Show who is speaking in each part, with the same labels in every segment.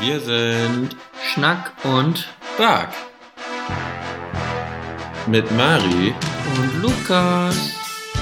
Speaker 1: Wir sind
Speaker 2: Schnack und,
Speaker 1: Dark. Mit Mari.
Speaker 2: und Lukas.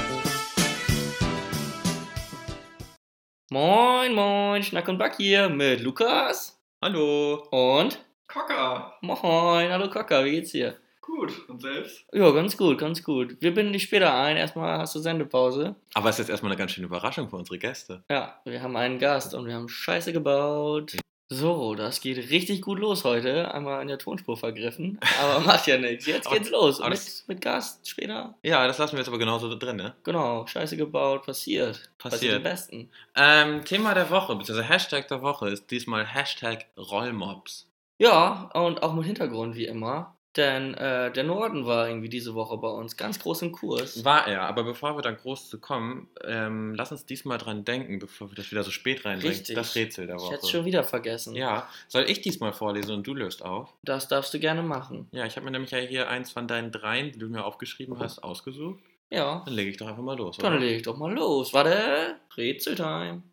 Speaker 2: Moin, moin, Schnack und Back hier mit Lukas
Speaker 1: Hallo.
Speaker 2: und
Speaker 3: Kocker,
Speaker 2: Moin, hallo Kocker, wie geht's dir?
Speaker 3: gut. Und selbst?
Speaker 2: Ja, ganz gut, ganz gut. Wir binden dich später ein. Erstmal hast du Sendepause.
Speaker 1: Aber es ist jetzt erstmal eine ganz schöne Überraschung für unsere Gäste.
Speaker 2: Ja, wir haben einen Gast und wir haben Scheiße gebaut. So, das geht richtig gut los heute. Einmal an der Tonspur vergriffen, aber macht ja nichts. Jetzt
Speaker 1: Aber-
Speaker 2: geht's los.
Speaker 1: aber
Speaker 2: Mit, mit Gast später.
Speaker 1: Ja, das lassen wir jetzt aber genauso drin, ne?
Speaker 2: Genau, Scheiße gebaut, passiert.
Speaker 1: Passiert.
Speaker 2: am besten.
Speaker 1: Ähm, Thema der Woche, beziehungsweise Hashtag der Woche ist diesmal Hashtag Rollmops.
Speaker 2: Ja, und auch mit Hintergrund wie immer. Denn äh, der Norden war irgendwie diese Woche bei uns ganz groß im Kurs.
Speaker 1: War er, aber bevor wir dann groß zu kommen, ähm, lass uns diesmal dran denken, bevor wir das wieder so spät reinbringen.
Speaker 2: Richtig.
Speaker 1: Das Rätsel der
Speaker 2: Ich
Speaker 1: Woche.
Speaker 2: hätte schon wieder vergessen.
Speaker 1: ja, soll ich diesmal vorlesen und du löst auf?
Speaker 2: Das darfst du gerne machen.
Speaker 1: Ja, ich habe mir nämlich ja hier eins von deinen dreien, die du mir aufgeschrieben hast, ausgesucht.
Speaker 2: Ja.
Speaker 1: Dann lege ich doch einfach mal los.
Speaker 2: Dann
Speaker 1: oder?
Speaker 2: leg doch mal los. Warte, Rätseltime.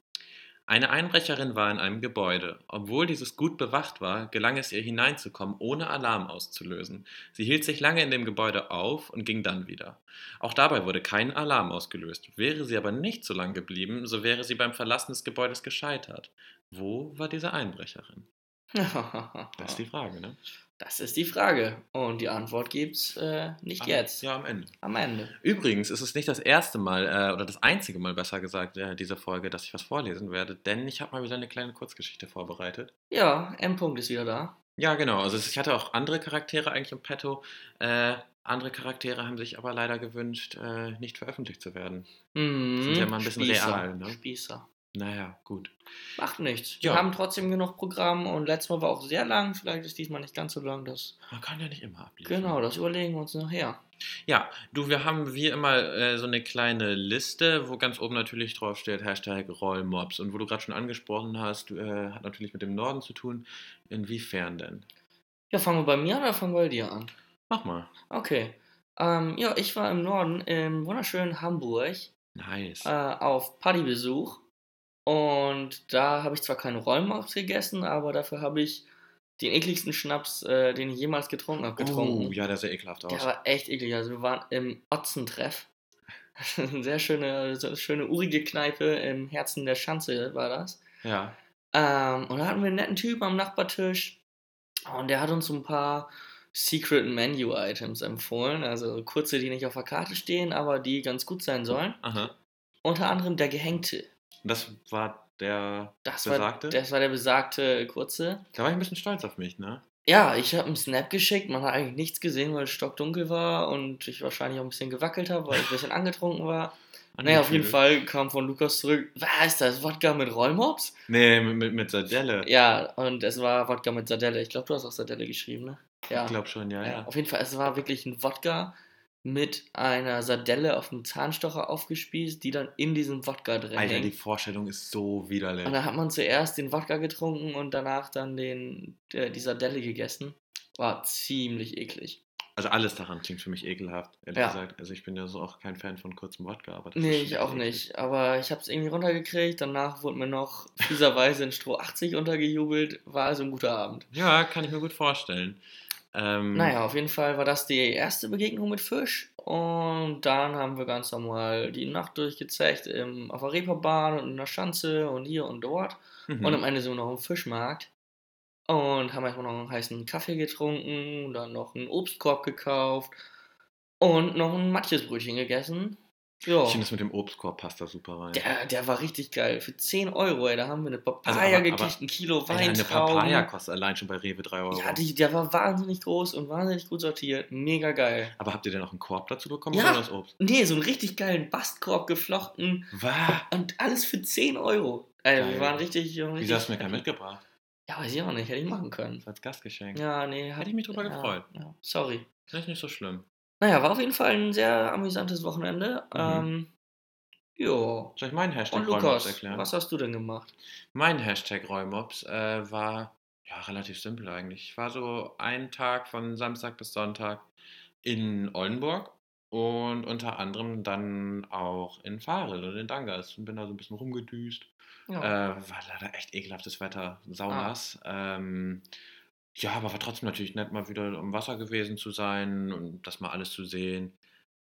Speaker 1: Eine Einbrecherin war in einem Gebäude. Obwohl dieses gut bewacht war, gelang es ihr hineinzukommen, ohne Alarm auszulösen. Sie hielt sich lange in dem Gebäude auf und ging dann wieder. Auch dabei wurde kein Alarm ausgelöst. Wäre sie aber nicht so lang geblieben, so wäre sie beim Verlassen des Gebäudes gescheitert. Wo war diese Einbrecherin? Das ist die Frage, ne?
Speaker 2: Das ist die Frage. Und die Antwort gibt's äh, nicht
Speaker 1: Am-
Speaker 2: jetzt,
Speaker 1: Ah, Ja, am Ende.
Speaker 2: am Ende.
Speaker 1: Übrigens ist es nicht das erste Mal äh, oder das einzige Mal, besser gesagt, äh, dieser Folge, dass ich was vorlesen werde, denn ich habe mal wieder eine kleine Kurzgeschichte vorbereitet.
Speaker 2: Ja, M-Punkt ist wieder da.
Speaker 1: Ja, genau. Also es- ich hatte auch andere Charaktere eigentlich im Petto. Äh, andere Charaktere haben sich aber leider gewünscht, äh, nicht veröffentlicht zu werden.
Speaker 2: Mhm.
Speaker 1: Sind ja mal ein bisschen
Speaker 2: Spießer.
Speaker 1: real, ne?
Speaker 2: Spießer.
Speaker 1: Naja, gut.
Speaker 2: Macht nichts.
Speaker 1: Ja.
Speaker 2: Wir haben trotzdem genug Programm und letztes Mal war auch sehr lang. Vielleicht ist diesmal nicht ganz so lang. Das,
Speaker 1: Man kann ja nicht immer abliefern.
Speaker 2: genau, das überlegen wir uns nachher.
Speaker 1: Ja, du, wir haben wie immer äh, so eine kleine Liste, wo ganz oben natürlich draufsteht Hashtag Rollmobs. Und wo du gerade schon angesprochen hast, äh, hat natürlich mit dem Norden zu tun. Inwiefern denn?
Speaker 2: Ja, fangen wir bei mir an oder fangen wir bei dir an?
Speaker 1: Mach mal.
Speaker 2: Okay. Ähm, ja, ich war im Norden, im wunderschönen Hamburg,
Speaker 1: Nice.
Speaker 2: äh, auf Partybesuch. Und da habe ich zwar keine Rollmops gegessen, aber dafür habe ich den ekligsten Schnaps, äh, den ich jemals getrunken habe, getrunken.
Speaker 1: Oh, ja, der sah ekelhaft
Speaker 2: Der
Speaker 1: aus.
Speaker 2: war echt eklig. Also wir waren im Otzentreff. Eine sehr schöne, so eine schöne urige Kneipe im Herzen der Schanze war das.
Speaker 1: Ja.
Speaker 2: Ähm, und da hatten wir einen netten Typen am Nachbartisch. Und der hat uns so ein paar Secret Menu Items empfohlen. Also kurze, die nicht auf der Karte stehen, aber die ganz gut sein sollen.
Speaker 1: Aha.
Speaker 2: Unter anderem der Gehängte.
Speaker 1: Das war der.
Speaker 2: Das
Speaker 1: Besagte?
Speaker 2: War, das war der besagte kurze.
Speaker 1: Da war ich ein bisschen stolz auf mich, ne?
Speaker 2: Ja, ich habe einen Snap geschickt. Man hat eigentlich nichts gesehen, weil es stockdunkel war und ich wahrscheinlich auch ein bisschen gewackelt habe, weil ich ein bisschen angetrunken war. Naja, auf
Speaker 1: Angefühlt.
Speaker 2: jeden Fall kam von Lukas zurück, was ist das, Wodka mit Rollmops?
Speaker 1: Nee, mit, mit, mit Sardelle.
Speaker 2: Ja, und es war Wodka mit Sardelle. Ich glaube, du hast auch Sardelle geschrieben, ne? Ja.
Speaker 1: Ich glaube schon, ja,
Speaker 2: ja.
Speaker 1: ja.
Speaker 2: Auf jeden Fall, es war wirklich ein Wodka mit einer Sardelle auf dem Zahnstocher aufgespießt, die dann in diesem Wodka drin
Speaker 1: Alter, die
Speaker 2: hängt.
Speaker 1: Vorstellung ist so widerlich.
Speaker 2: Und da hat man zuerst den Wodka getrunken und danach dann den, äh, die Sardelle gegessen. War ziemlich eklig.
Speaker 1: Also alles daran klingt für mich ekelhaft, ehrlich
Speaker 2: Ja.
Speaker 1: gesagt. Also ich bin ja so auch kein Fan von kurzem Wodka, aber das
Speaker 2: Nee,
Speaker 1: ist schon
Speaker 2: ich auch
Speaker 1: eklig.
Speaker 2: nicht. Aber ich habe es irgendwie runtergekriegt. Danach wurde mir noch fieserweise ein Stroh 80 untergejubelt. War also ein guter Abend.
Speaker 1: Ja, kann ich mir gut vorstellen. Ähm,
Speaker 2: Naja, auf jeden Fall war das die erste Begegnung mit Fisch. Und dann haben wir ganz normal die Nacht durchgezecht im, auf der Reeperbahn und in der Schanze und hier und dort.
Speaker 1: Mhm.
Speaker 2: Und am Ende sind wir noch im Fischmarkt. Und haben erstmal noch einen heißen Kaffee getrunken, dann noch einen Obstkorb gekauft und noch ein Matjesbrötchen gegessen. Ja,
Speaker 1: Ich finde das mit dem Obstkorb passt da super rein.
Speaker 2: der, der war richtig geil. Für 10 Euro, ey, da haben wir eine Papaya
Speaker 1: Also, aber- aber-
Speaker 2: gekriegt, ein Kilo
Speaker 1: Alter, eine
Speaker 2: Weintrauben.
Speaker 1: Papaya kostet allein schon bei Rewe 3 Euro.
Speaker 2: Ja, die, der war wahnsinnig groß und wahnsinnig gut sortiert. Mega geil.
Speaker 1: aber habt ihr denn auch einen Korb dazu bekommen
Speaker 2: Ja.
Speaker 1: oder nur das Obst?
Speaker 2: Nee, so einen richtig geilen Bastkorb geflochten
Speaker 1: Wah,
Speaker 2: und alles für 10 Euro. Also,
Speaker 1: Geil.
Speaker 2: wir waren richtig. wir waren richtig
Speaker 1: wieso hast du mir keinen mitgebracht?
Speaker 2: Ja, weiß ich auch nicht. Hätte ich machen können.
Speaker 1: Das als Gastgeschenk.
Speaker 2: Ja, nee. hat-
Speaker 1: Hätte ich mich drüber
Speaker 2: ja,
Speaker 1: gefreut.
Speaker 2: Ja, sorry.
Speaker 1: Das ist nicht so schlimm.
Speaker 2: Naja, war auf jeden Fall ein sehr amüsantes Wochenende.
Speaker 1: Mhm.
Speaker 2: Ähm, jo.
Speaker 1: Soll ich meinen Hashtag
Speaker 2: Und
Speaker 1: Rollmops
Speaker 2: Lukas,
Speaker 1: erklären?
Speaker 2: was hast du denn gemacht?
Speaker 1: Mein Hashtag Rollmops äh, war ja relativ simpel eigentlich. Ich war so einen Tag von Samstag bis Sonntag in Oldenburg Und unter anderem dann auch in Farel und in Dangas. Und bin da so ein bisschen rumgedüst.
Speaker 2: Oh.
Speaker 1: Äh, war leider echt ekelhaftes Wetter, saunass. Ähm, ja, aber war trotzdem natürlich nett, mal wieder im Wasser gewesen zu sein und das mal alles zu sehen.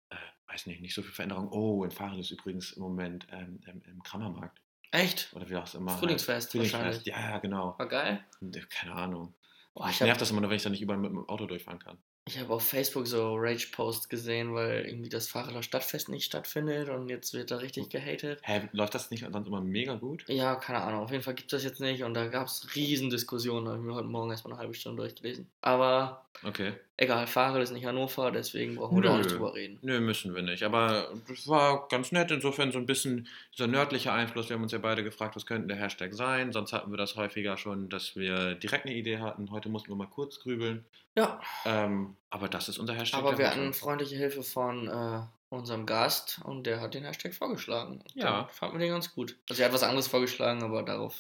Speaker 1: Äh, weiß nicht, nicht so viel Veränderung. Oh, in Fahren ist übrigens im Moment ähm, im, im Krammermarkt
Speaker 2: Echt?
Speaker 1: oder wie auch immer.
Speaker 2: Frühlingsfest
Speaker 1: halt. Frühlingsfest.
Speaker 2: wahrscheinlich.
Speaker 1: Ja, ja, genau.
Speaker 2: War geil.
Speaker 1: Keine Ahnung.
Speaker 2: Boah,
Speaker 1: ich
Speaker 2: ich
Speaker 1: nervt
Speaker 2: habe
Speaker 1: das immer nur, wenn ich da nicht überall mit dem Auto durchfahren kann.
Speaker 2: ich hab auf Facebook so Rage-Posts gesehen, weil irgendwie das Fahrräder Stadtfest nicht stattfindet und jetzt wird da richtig gehatet.
Speaker 1: Hä, läuft das nicht sonst immer mega gut?
Speaker 2: Ja, keine Ahnung. Auf jeden Fall gibt es das jetzt nicht und da gab es Riesendiskussionen. Da habe ich mir heute Morgen erstmal eine halbe Stunde durchgelesen. Aber
Speaker 1: Okay.
Speaker 2: egal, Fahrrad ist nicht Hannover, deswegen brauchen wir da auch nicht
Speaker 1: Nö.
Speaker 2: drüber reden.
Speaker 1: Nö, müssen wir nicht. Aber das war ganz nett. Insofern so ein bisschen dieser nördliche Einfluss. Wir haben uns ja beide gefragt, was könnte der Hashtag sein. Sonst hatten wir das häufiger schon, dass wir direkt eine Idee hatten. Heute mussten wir mal kurz grübeln.
Speaker 2: Ja,
Speaker 1: Ähm, aber das ist unser Hashtag.
Speaker 2: aber
Speaker 1: der
Speaker 2: wir
Speaker 1: Woche.
Speaker 2: hatten freundliche Hilfe von äh, unserem Gast und der hat den Hashtag vorgeschlagen.
Speaker 1: Ja.
Speaker 2: Dann Fanden wir den ganz gut. Also er hat was anderes vorgeschlagen, aber darauf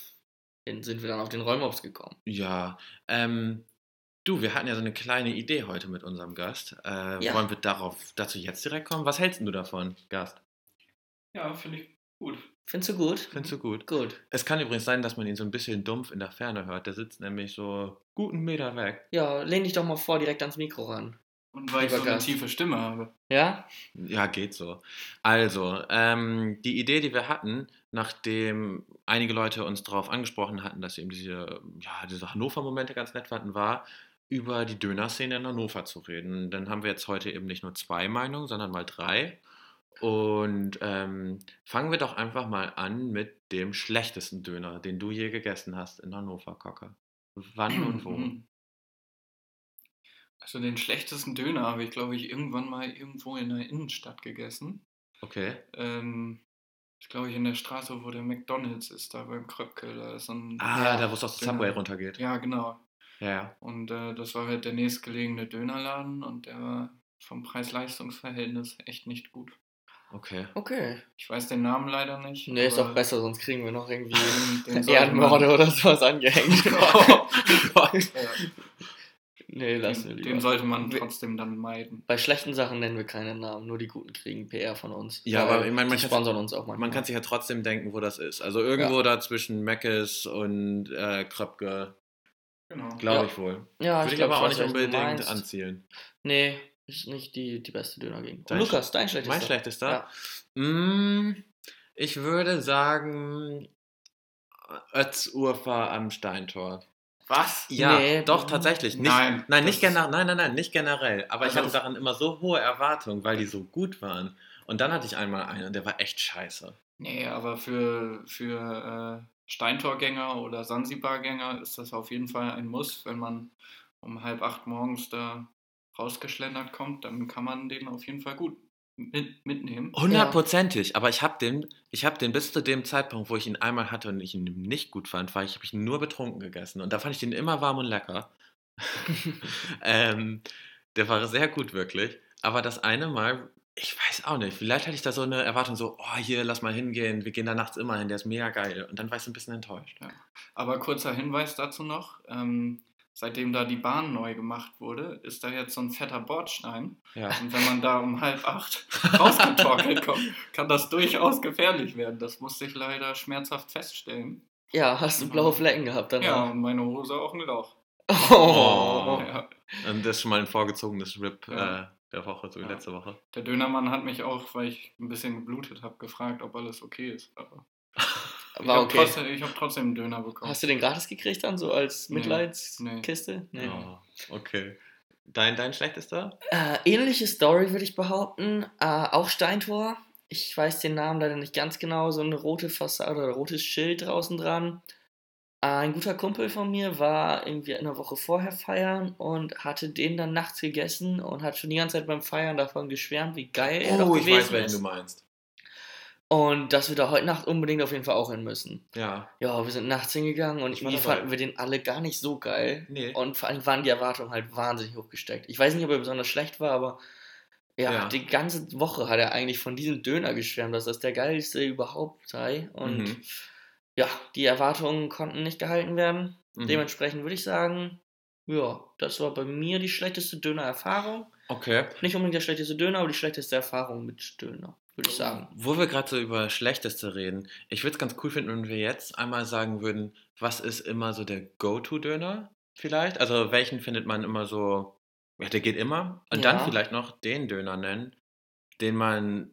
Speaker 2: hin sind wir dann auf den Rollmops gekommen.
Speaker 1: Ja. Ähm, du, wir hatten ja so eine kleine Idee heute mit unserem Gast. Äh,
Speaker 2: Ja.
Speaker 1: Wollen wir darauf, dazu jetzt direkt kommen? Was hältst denn du davon, Gast?
Speaker 3: Ja, finde ich gut.
Speaker 2: Findest du gut?
Speaker 1: Findest du gut?
Speaker 2: Gut.
Speaker 1: Es kann übrigens sein, dass man ihn so ein bisschen dumpf in der Ferne hört. Der sitzt nämlich so guten Meter weg.
Speaker 2: Ja, lehn dich doch mal vor, direkt ans Mikro ran.
Speaker 3: Und weil ich so eine
Speaker 2: Übergang.
Speaker 3: tiefe Stimme habe.
Speaker 2: Ja?
Speaker 1: Ja, geht so. Also, ähm, die Idee, die wir hatten, nachdem einige Leute uns darauf angesprochen hatten, dass sie eben diese, ja, diese Hannover-Momente ganz nett fanden, war, über die Dönerszene in Hannover zu reden. Dann haben wir jetzt heute eben nicht nur zwei Meinungen, sondern mal drei. Und ähm, fangen wir doch einfach mal an mit dem schlechtesten Döner, den du je gegessen hast in Hannover, Kocke. Wann und wo?
Speaker 3: Mhm. Also den schlechtesten Döner habe ich, glaube ich, irgendwann mal irgendwo in der Innenstadt gegessen.
Speaker 1: Okay.
Speaker 3: Ähm, ich glaube, ich in der Straße, wo der McDonalds ist, da beim Kröpke, da ist so ein...
Speaker 1: Ah,
Speaker 2: Ja,
Speaker 1: da wo es aus der Subway
Speaker 3: Döner.
Speaker 1: runtergeht.
Speaker 3: Ja, genau.
Speaker 1: Ja, ja.
Speaker 3: Und äh, das war halt der nächstgelegene Dönerladen und der war vom Preis-Leistungs-Verhältnis echt nicht gut.
Speaker 1: Okay.
Speaker 2: Okay.
Speaker 3: Ich weiß den Namen leider nicht.
Speaker 2: Ne, ist
Speaker 3: aber
Speaker 2: doch besser, sonst kriegen wir noch irgendwie
Speaker 3: Den, den sollte man-
Speaker 2: Ehrenmorde oder sowas angehängt.
Speaker 3: Oh
Speaker 1: Gott.
Speaker 3: Ja,
Speaker 2: nee, lassen wir
Speaker 3: den,
Speaker 2: lieber.
Speaker 3: den sollte man
Speaker 2: Wir-
Speaker 3: trotzdem dann meiden.
Speaker 2: Bei schlechten Sachen nennen wir keine Namen, nur die guten kriegen PR von uns.
Speaker 1: Ja,
Speaker 2: Weil
Speaker 1: aber ich meine, man
Speaker 2: die
Speaker 1: kann-
Speaker 2: sponsern uns auch manchmal.
Speaker 1: Man kann sich ja trotzdem denken, wo das ist. Also irgendwo da zwischen Meckes und äh, Kröpke,
Speaker 3: Genau.
Speaker 1: glaube
Speaker 2: Ja.
Speaker 1: ich wohl.
Speaker 2: ja,
Speaker 1: Würde ich
Speaker 2: glaub,
Speaker 1: aber auch
Speaker 2: weiß,
Speaker 1: nicht
Speaker 2: was du
Speaker 1: unbedingt
Speaker 2: meinst.
Speaker 1: anzielen.
Speaker 2: Nee, ist nicht die, die beste Dönergegend.
Speaker 1: Dein
Speaker 2: Und Lukas, dein schlechtester.
Speaker 1: Mein schlechtester?
Speaker 2: Ja.
Speaker 1: Mm, ich würde sagen Ötzufer am Steintor.
Speaker 3: Was?
Speaker 1: Ja,
Speaker 2: Nee,
Speaker 1: doch
Speaker 2: mm,
Speaker 1: tatsächlich. Nicht,
Speaker 3: Nein,
Speaker 1: nein, nicht
Speaker 3: das-
Speaker 1: generell. Nein, nein, nein, nicht generell. Aber ich
Speaker 3: Also-
Speaker 1: hatte daran immer so hohe Erwartungen, weil die so gut waren. Und dann hatte ich einmal einen und der war echt scheiße.
Speaker 3: Nee, aber für, für äh, Steintorgänger oder Sansibargänger ist das auf jeden Fall ein Muss. Wenn man um halb acht morgens da rausgeschlendert kommt, dann kann man den auf jeden Fall gut mit,
Speaker 1: Oh.
Speaker 3: mitnehmen.
Speaker 1: Hundertprozentig, aber ich habe den, ich habe den bis zu dem Zeitpunkt, wo ich ihn einmal hatte und ich ihn nicht gut fand, weil ich habe ihn nur betrunken gegessen und da fand ich den immer warm und lecker. ähm, der war sehr gut wirklich, aber das eine Mal, ich weiß auch nicht, vielleicht hatte ich da so eine Erwartung, so, oh hier, lass mal hingehen, wir gehen da nachts immer hin, der ist mega geil und dann war ich so ein bisschen enttäuscht.
Speaker 3: Aber kurzer Hinweis dazu noch. Ähm, Seitdem da die Bahn neu gemacht wurde, ist da jetzt so ein fetter Bordstein.
Speaker 1: Ja.
Speaker 3: Und wenn man da um halb acht rausgetorkelt kommt, kann das durchaus gefährlich werden. Das musste ich leider schmerzhaft feststellen.
Speaker 2: ja, hast du blaue Flecken gehabt danach.
Speaker 3: Mhm. Ja, und meine Hose auch ein Lauch.
Speaker 1: Oh.
Speaker 2: Oh.
Speaker 3: Ja.
Speaker 1: Und das ist schon mal ein vorgezogenes Rip
Speaker 3: Ja.
Speaker 1: äh, der Woche, so wie
Speaker 3: Ja.
Speaker 1: letzte Woche.
Speaker 3: Der Dönermann hat mich auch, weil ich ein bisschen geblutet habe, gefragt, ob alles okay ist. Aber ich
Speaker 2: War
Speaker 3: habe
Speaker 2: okay.
Speaker 3: trotzdem, ich hab trotzdem einen Döner bekommen.
Speaker 2: Hast du den gratis gekriegt dann, so als
Speaker 3: Nee,
Speaker 2: Mitleidskiste? Nee.
Speaker 1: Oh, okay. Dein, dein schlechtester?
Speaker 2: Äh, ähnliche Story würde ich behaupten. Äh, auch Steintor. Ich weiß den Namen leider nicht ganz genau. So eine rote Fassade oder rotes Schild draußen dran. Äh, ein guter Kumpel von mir war irgendwie eine Woche vorher feiern und hatte den dann nachts gegessen und hat schon die ganze Zeit beim Feiern davon geschwärmt, wie geil er
Speaker 1: Oh,
Speaker 2: doch gewesen ist.
Speaker 1: meinst.
Speaker 2: Und dass wir da heute Nacht unbedingt auf jeden Fall auch hin müssen.
Speaker 1: Ja.
Speaker 2: Ja, wir sind nachts hingegangen und
Speaker 1: Ich war
Speaker 2: irgendwie
Speaker 1: dabei.
Speaker 2: fanden wir den alle gar nicht so geil.
Speaker 1: Nee.
Speaker 2: Und vor allem waren die Erwartungen halt wahnsinnig hochgesteckt. Ich weiß nicht, ob er besonders schlecht war, aber ja,
Speaker 1: Ja.
Speaker 2: die ganze Woche hat er eigentlich von diesem Döner geschwärmt, dass das der geilste überhaupt sei. Und
Speaker 1: Mhm.
Speaker 2: ja, die Erwartungen konnten nicht gehalten werden.
Speaker 1: Mhm.
Speaker 2: Dementsprechend würde ich sagen, ja, das war bei mir die schlechteste Dönererfahrung.
Speaker 1: Okay.
Speaker 2: Nicht unbedingt der schlechteste Döner, aber die schlechteste Erfahrung mit Döner, würde
Speaker 1: Oh.
Speaker 2: ich sagen.
Speaker 1: Wo wir gerade so über Schlechteste reden, ich würde es ganz cool finden, wenn wir jetzt einmal sagen würden, was ist immer so der Go-To-Döner vielleicht? Also welchen findet man immer so, ja, der geht immer. Und
Speaker 2: Ja.
Speaker 1: dann vielleicht noch den Döner nennen, den man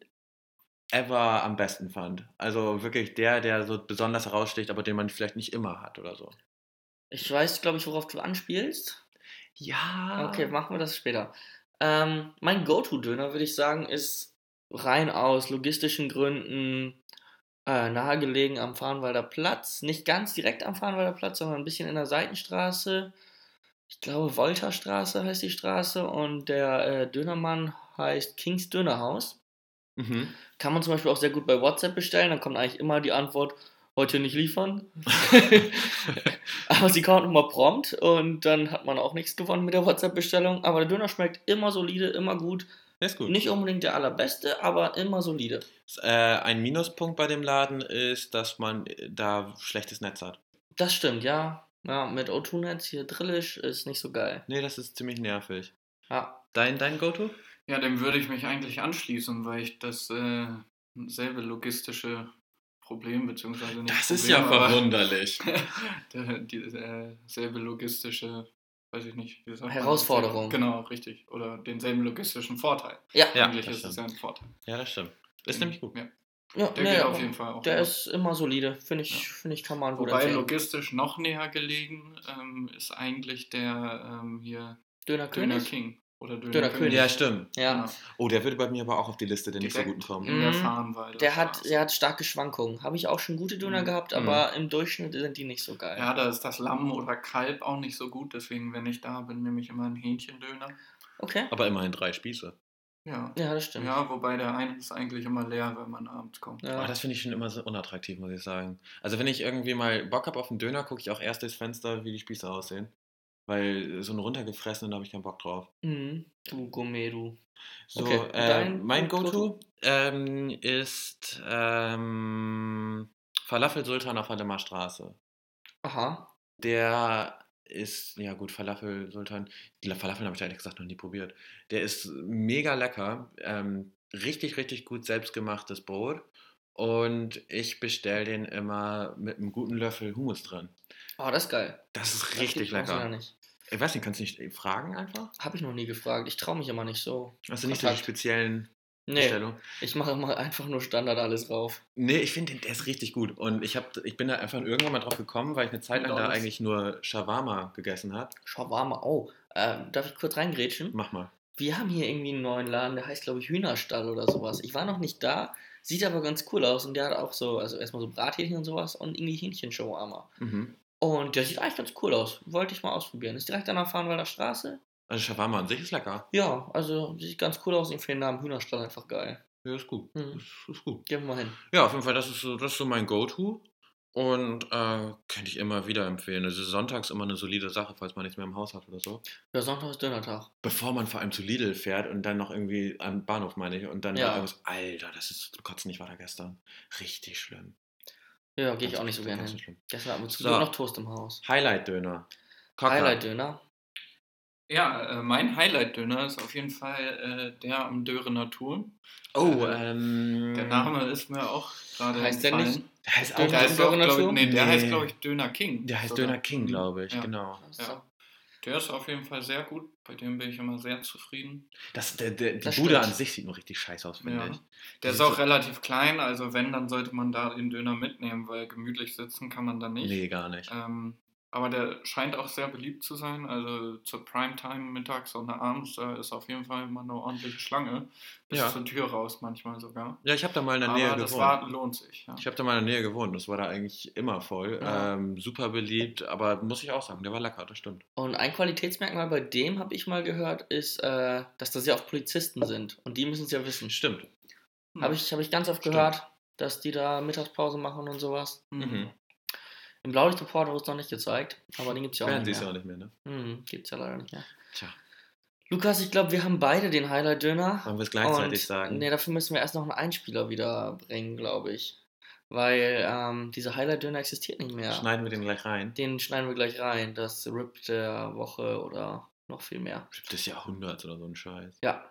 Speaker 1: ever am besten fand. Also wirklich der, der so besonders heraussticht, aber den man vielleicht nicht immer hat oder so.
Speaker 2: Ich weiß, glaube ich, worauf du anspielst.
Speaker 1: Ja.
Speaker 2: Okay, machen wir das später. Ähm, mein Go-To-Döner, würde ich sagen, ist rein aus logistischen Gründen äh, nahegelegen am Farnwalder Platz. Nicht ganz direkt am Farnwalder Platz, sondern ein bisschen in der Seitenstraße. Ich glaube, Voltastraße heißt die Straße und der äh, Dönermann heißt Kings Dönerhaus.
Speaker 1: Mhm.
Speaker 2: Kann man zum Beispiel auch sehr gut bei WhatsApp bestellen, dann kommt eigentlich immer die Antwort, heute nicht liefern. Aber sie kommt immer prompt und dann hat man auch nichts gewonnen mit der WhatsApp-Bestellung. Aber der Döner schmeckt immer solide, immer gut.
Speaker 1: ist gut.
Speaker 2: Nicht unbedingt der allerbeste, aber immer solide.
Speaker 1: Äh, ein Minuspunkt bei dem Laden ist, dass man äh, da schlechtes Netz hat.
Speaker 2: Das stimmt, ja. Ja, mit O2-Netz hier drillisch ist nicht so geil.
Speaker 1: Nee, das ist ziemlich nervig.
Speaker 2: Ja,
Speaker 1: Dein, dein Go-To?
Speaker 3: Ja, dem würde ich mich eigentlich anschließen, weil ich das äh, selbe logistische Problem, beziehungsweise nicht Problem, aber
Speaker 1: verwunderlich.
Speaker 3: der- die, äh, selbe logistische, weiß ich nicht, wie sagt man das?
Speaker 2: Herausforderung.
Speaker 3: Genau, richtig. Oder denselben logistischen Vorteil.
Speaker 2: ja.
Speaker 1: Ja,
Speaker 3: eigentlich
Speaker 1: das
Speaker 3: ist es ja ein Vorteil.
Speaker 1: Ja, das stimmt. Ist nämlich gut.
Speaker 3: Ja.
Speaker 2: ja
Speaker 3: Der
Speaker 2: nee,
Speaker 3: geht
Speaker 2: aber
Speaker 3: auf jeden Fall auch.
Speaker 2: Der
Speaker 3: immer.
Speaker 2: ist immer solide. Finde ich,
Speaker 3: Ja.
Speaker 2: finde ich, kann man gut
Speaker 3: Wobei
Speaker 2: empfehlen.
Speaker 3: logistisch noch näher gelegen ähm, ist eigentlich der ähm, hier
Speaker 2: Döner
Speaker 3: Döner
Speaker 2: König.
Speaker 3: King oder Döner,
Speaker 2: Döner
Speaker 3: König.
Speaker 2: König.
Speaker 1: Ja, stimmt.
Speaker 2: Ja.
Speaker 3: Genau.
Speaker 1: Oh, der würde bei mir aber auch auf die Liste der nicht so
Speaker 3: Direkt
Speaker 1: guten kommen.
Speaker 3: In der
Speaker 2: Mhm.
Speaker 3: Farnwalder
Speaker 2: Der hat,
Speaker 3: Straße.
Speaker 2: der hat starke Schwankungen. Habe ich auch schon gute Döner
Speaker 3: Mhm.
Speaker 2: gehabt,
Speaker 1: Mhm.
Speaker 2: aber im Durchschnitt sind die nicht so geil.
Speaker 3: Ja, da ist das Lamm oder Kalb auch nicht so gut, deswegen, wenn ich da bin, nehme ich immer einen Hähnchendöner.
Speaker 2: Okay.
Speaker 1: Aber immerhin drei Spieße.
Speaker 3: Ja.
Speaker 2: Ja, das stimmt.
Speaker 3: Ja, wobei der eine ist eigentlich immer leer, wenn man abends kommt.
Speaker 2: Ja.
Speaker 1: Ah, das finde ich schon immer so unattraktiv, muss ich sagen. Also, wenn ich irgendwie mal Bock habe auf einen Döner, gucke ich auch erst durchs Fenster, wie die Spieße aussehen. Weil so einen runtergefressenen habe ich keinen Bock drauf.
Speaker 2: Mhm. Du Gourmet, du.
Speaker 1: So,
Speaker 2: Okay,
Speaker 1: äh,
Speaker 2: dein
Speaker 1: mein
Speaker 2: Go-To?
Speaker 1: Go-To ähm, ist ähm, Falafel Sultan auf Hallemar Straße.
Speaker 2: Aha.
Speaker 1: Der ist, ja gut, Falafel Sultan, die Falafel habe ich ehrlich gesagt noch nie probiert. Der ist mega lecker, ähm, richtig, richtig gut selbstgemachtes Brot. Und ich bestelle den immer mit einem guten Löffel Hummus drin.
Speaker 2: Oh, das ist geil.
Speaker 1: Das ist
Speaker 2: Das
Speaker 1: richtig
Speaker 2: gibt's bei uns leider
Speaker 1: lecker.
Speaker 2: nicht.
Speaker 1: Ich weiß nicht, kannst du nicht fragen einfach?
Speaker 2: Habe ich noch nie gefragt. Ich traue mich immer nicht so.
Speaker 1: Hast du nicht so die
Speaker 2: Kontakt.
Speaker 1: speziellen
Speaker 2: Nee,
Speaker 1: Bestellungen?
Speaker 2: ich mache immer einfach nur Standard alles rauf.
Speaker 1: Nee, Ne, ich finde, den- der ist richtig gut. Und ich, hab, ich bin da einfach irgendwann mal drauf gekommen, weil ich eine Zeit lang da
Speaker 3: Donuts.
Speaker 1: eigentlich nur Shawarma gegessen habe.
Speaker 2: Shawarma, oh. Äh, darf ich kurz reingrätschen?
Speaker 1: Mach mal.
Speaker 2: Wir haben hier irgendwie einen neuen Laden, der heißt, glaube ich, Hühnerstall oder sowas. Ich war noch nicht da, sieht aber ganz cool aus und der hat auch so, also erstmal so Brathähnchen und sowas und irgendwie Hähnchen-Shawarma.
Speaker 1: Mhm.
Speaker 2: Und der sieht eigentlich ganz cool aus. Wollte ich mal ausprobieren. Ist direkt an der Farnwalder Straße.
Speaker 1: Also Shawarma an sich ist lecker.
Speaker 2: Ja, also sieht ganz cool aus. Ich finde den Namen Hühnerstall einfach geil.
Speaker 1: Ja, ist gut.
Speaker 2: Mhm.
Speaker 1: Ist, ist gut.
Speaker 2: Gehen wir mal hin.
Speaker 1: Ja, auf jeden Fall, das ist so, das ist so mein Go-To. Und äh, könnte ich immer wieder empfehlen. Es ist sonntags immer eine solide Sache, falls man nichts mehr im Haus hat oder so.
Speaker 2: Ja, Sonntag ist Dönertag.
Speaker 1: Bevor man vor allem zu Lidl fährt und dann noch irgendwie am Bahnhof, meine ich, und dann
Speaker 2: Ja.
Speaker 1: noch irgendwas, Alter, das ist kotzt nicht weiter gestern. Richtig schlimm.
Speaker 2: Ja, gehe ich
Speaker 1: Ganz
Speaker 2: auch nicht so
Speaker 1: schlimm,
Speaker 2: gerne
Speaker 1: ganz
Speaker 2: hin.
Speaker 1: schlimm.
Speaker 2: Gestern hatten wir zu
Speaker 1: So.
Speaker 2: Glück noch Toast im Haus.
Speaker 1: Highlight-Döner. Cocker.
Speaker 2: Highlight-Döner.
Speaker 3: Ja, äh, mein Highlight-Döner ist auf jeden Fall äh, der am Dörener Turm.
Speaker 1: Oh, ähm.
Speaker 3: Der
Speaker 2: genau.
Speaker 3: Name ist mir auch gerade
Speaker 2: Mhm. Heißt der
Speaker 3: entfallen.
Speaker 2: nicht
Speaker 1: Der heißt auch
Speaker 2: Döner-
Speaker 3: Der heißt, auch,
Speaker 2: Dörener
Speaker 3: glaub ich,
Speaker 2: Turm?
Speaker 3: nee, der
Speaker 1: Nee.
Speaker 3: heißt, glaube ich, Döner King.
Speaker 1: Der heißt
Speaker 3: sogar. Mhm.
Speaker 1: Döner King, glaube ich,
Speaker 3: Ja.
Speaker 1: genau.
Speaker 3: Ja. Der ist auf jeden Fall sehr gut. Bei dem bin ich immer sehr zufrieden.
Speaker 1: Das, der, der, die
Speaker 2: Das
Speaker 1: Bude
Speaker 2: stimmt.
Speaker 1: an sich sieht nur richtig scheiße aus, finde
Speaker 3: Ja.
Speaker 1: ich.
Speaker 3: Der
Speaker 1: Die
Speaker 3: ist
Speaker 1: sind
Speaker 3: auch
Speaker 1: so-
Speaker 3: relativ klein, also wenn, dann sollte man da den Döner mitnehmen, weil gemütlich sitzen kann man da nicht.
Speaker 1: Nee, gar nicht.
Speaker 3: Ähm, aber der scheint auch sehr beliebt zu sein. Also zur Primetime mittags und abends da ist auf jeden Fall immer eine ordentliche Schlange. Bis
Speaker 1: Ja.
Speaker 3: zur Tür raus manchmal sogar.
Speaker 1: Ja, ich habe da mal in der
Speaker 3: aber
Speaker 1: Nähe
Speaker 3: das
Speaker 1: gewohnt.
Speaker 3: Warten lohnt sich. Ja.
Speaker 1: Ich habe da mal in der Nähe gewohnt. Das war da eigentlich immer voll.
Speaker 2: Ja.
Speaker 1: Ähm, super beliebt, aber muss ich auch sagen, der war lecker, das stimmt.
Speaker 2: Und ein Qualitätsmerkmal bei dem, habe ich mal gehört, ist, äh, dass das ja auch Polizisten sind. Und die müssen es ja wissen.
Speaker 1: Stimmt.
Speaker 3: Hm.
Speaker 2: Habe ich, hab ich ganz oft
Speaker 1: Stimmt.
Speaker 2: gehört, dass die da Mittagspause machen und sowas.
Speaker 1: Mhm.
Speaker 2: Im Blaulichtreport wurde es noch nicht gezeigt, aber den gibt es ja auch
Speaker 1: Werden sie
Speaker 2: nicht
Speaker 1: es ja
Speaker 2: mehr.
Speaker 1: auch nicht mehr, ne?
Speaker 2: Mhm, gibt's ja leider nicht mehr.
Speaker 1: Tja,
Speaker 2: Lukas, ich glaube, wir haben beide den Highlight-Döner.
Speaker 1: wollen wir es gleichzeitig
Speaker 2: Und-
Speaker 1: sagen?
Speaker 2: Nee, dafür müssen wir erst noch einen Einspieler wieder bringen, glaube ich. Weil ähm, dieser Highlight-Döner existiert nicht mehr.
Speaker 1: Schneiden wir den gleich rein.
Speaker 2: Den schneiden wir gleich rein. Das Rip der Woche oder noch viel mehr.
Speaker 1: RIP des Jahrhunderts oder so ein Scheiß.
Speaker 2: Ja,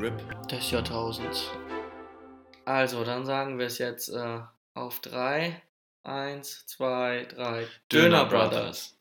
Speaker 1: RIP.
Speaker 2: des Jahrtausends. Also, dann sagen wir es jetzt äh, auf drei. Eins, zwei, drei. Döner Brothers.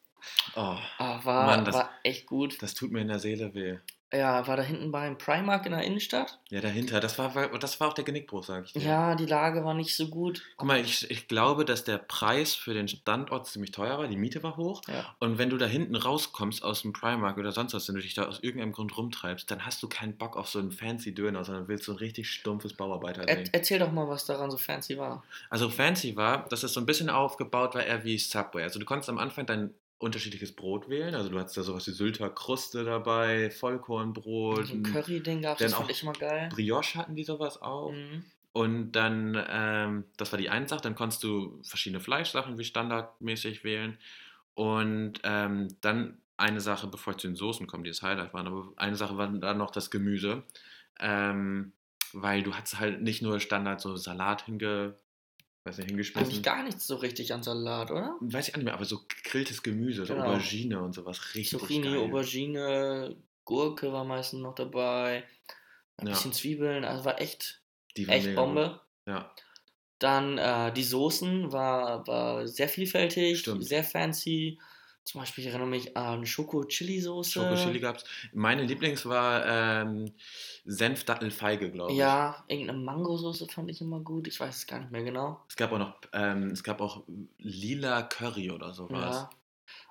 Speaker 1: Oh,
Speaker 2: Ah, war,
Speaker 1: Mann, das-
Speaker 2: war echt gut.
Speaker 1: das tut mir in der Seele weh.
Speaker 2: Ja, war da hinten beim Primark in der Innenstadt.
Speaker 1: Ja, dahinter, das war, war- das war auch der Genickbruch, sag ich dir.
Speaker 2: Ja, die Lage war nicht so gut.
Speaker 1: Guck mal, ich, ich glaube, dass der Preis für den Standort ziemlich teuer war, die Miete war hoch.
Speaker 2: Ja.
Speaker 1: Und wenn du da hinten rauskommst aus dem Primark oder sonst was, wenn du dich da aus irgendeinem Grund rumtreibst, dann hast du keinen Bock auf so einen fancy Döner, sondern willst so ein richtig stumpfes Bauarbeiterding.
Speaker 2: Er, erzähl doch mal, was daran so fancy war.
Speaker 1: Also fancy war, dass es so ein bisschen aufgebaut war, eher wie Subway. Also du konntest am Anfang dein unterschiedliches Brot wählen. Also du hattest da sowas wie Sylter Kruste dabei, Vollkornbrot,
Speaker 2: so ein Curry-Ding gab es,
Speaker 1: denn
Speaker 2: das fand
Speaker 1: auch
Speaker 2: ich immer geil.
Speaker 1: Brioche hatten die sowas auch.
Speaker 2: Mhm.
Speaker 1: Und dann, ähm, das war die eine Sache, dann konntest du verschiedene Fleischsachen wie standardmäßig wählen. Und ähm, dann eine Sache, bevor ich zu den Soßen komme, die das Highlight waren, aber eine Sache war dann noch das Gemüse. Ähm, weil du hattest halt nicht nur Standard so Salat hinge, weiß nicht,
Speaker 2: Eigentlich
Speaker 1: hingeschmissen.
Speaker 2: gar nichts so richtig an Salat, oder?
Speaker 1: Weiß ich auch nicht mehr, aber so gegrilltes Gemüse, so
Speaker 2: Genau.
Speaker 1: Aubergine und sowas, richtig
Speaker 2: Zucchini,
Speaker 1: geil.
Speaker 2: Aubergine, Gurke war meistens noch dabei. Ein
Speaker 1: Ja.
Speaker 2: bisschen Zwiebeln, also war echt,
Speaker 1: Die waren
Speaker 2: echt
Speaker 1: mega gut.
Speaker 2: Bombe.
Speaker 1: Ja.
Speaker 2: Dann äh, die Soßen war, war sehr vielfältig,
Speaker 1: Stimmt.
Speaker 2: sehr fancy. Zum Beispiel, ich erinnere mich an Schoko-Chili-Soße.
Speaker 1: Schokochili gab's. Meine Lieblings war ähm, Senf Dattel Feige, glaube ich.
Speaker 2: Ja, irgendeine Mangosoße fand ich immer gut. Ich weiß es gar nicht mehr genau.
Speaker 1: Es gab auch noch, ähm, es gab auch lila Curry oder sowas.
Speaker 2: Ja.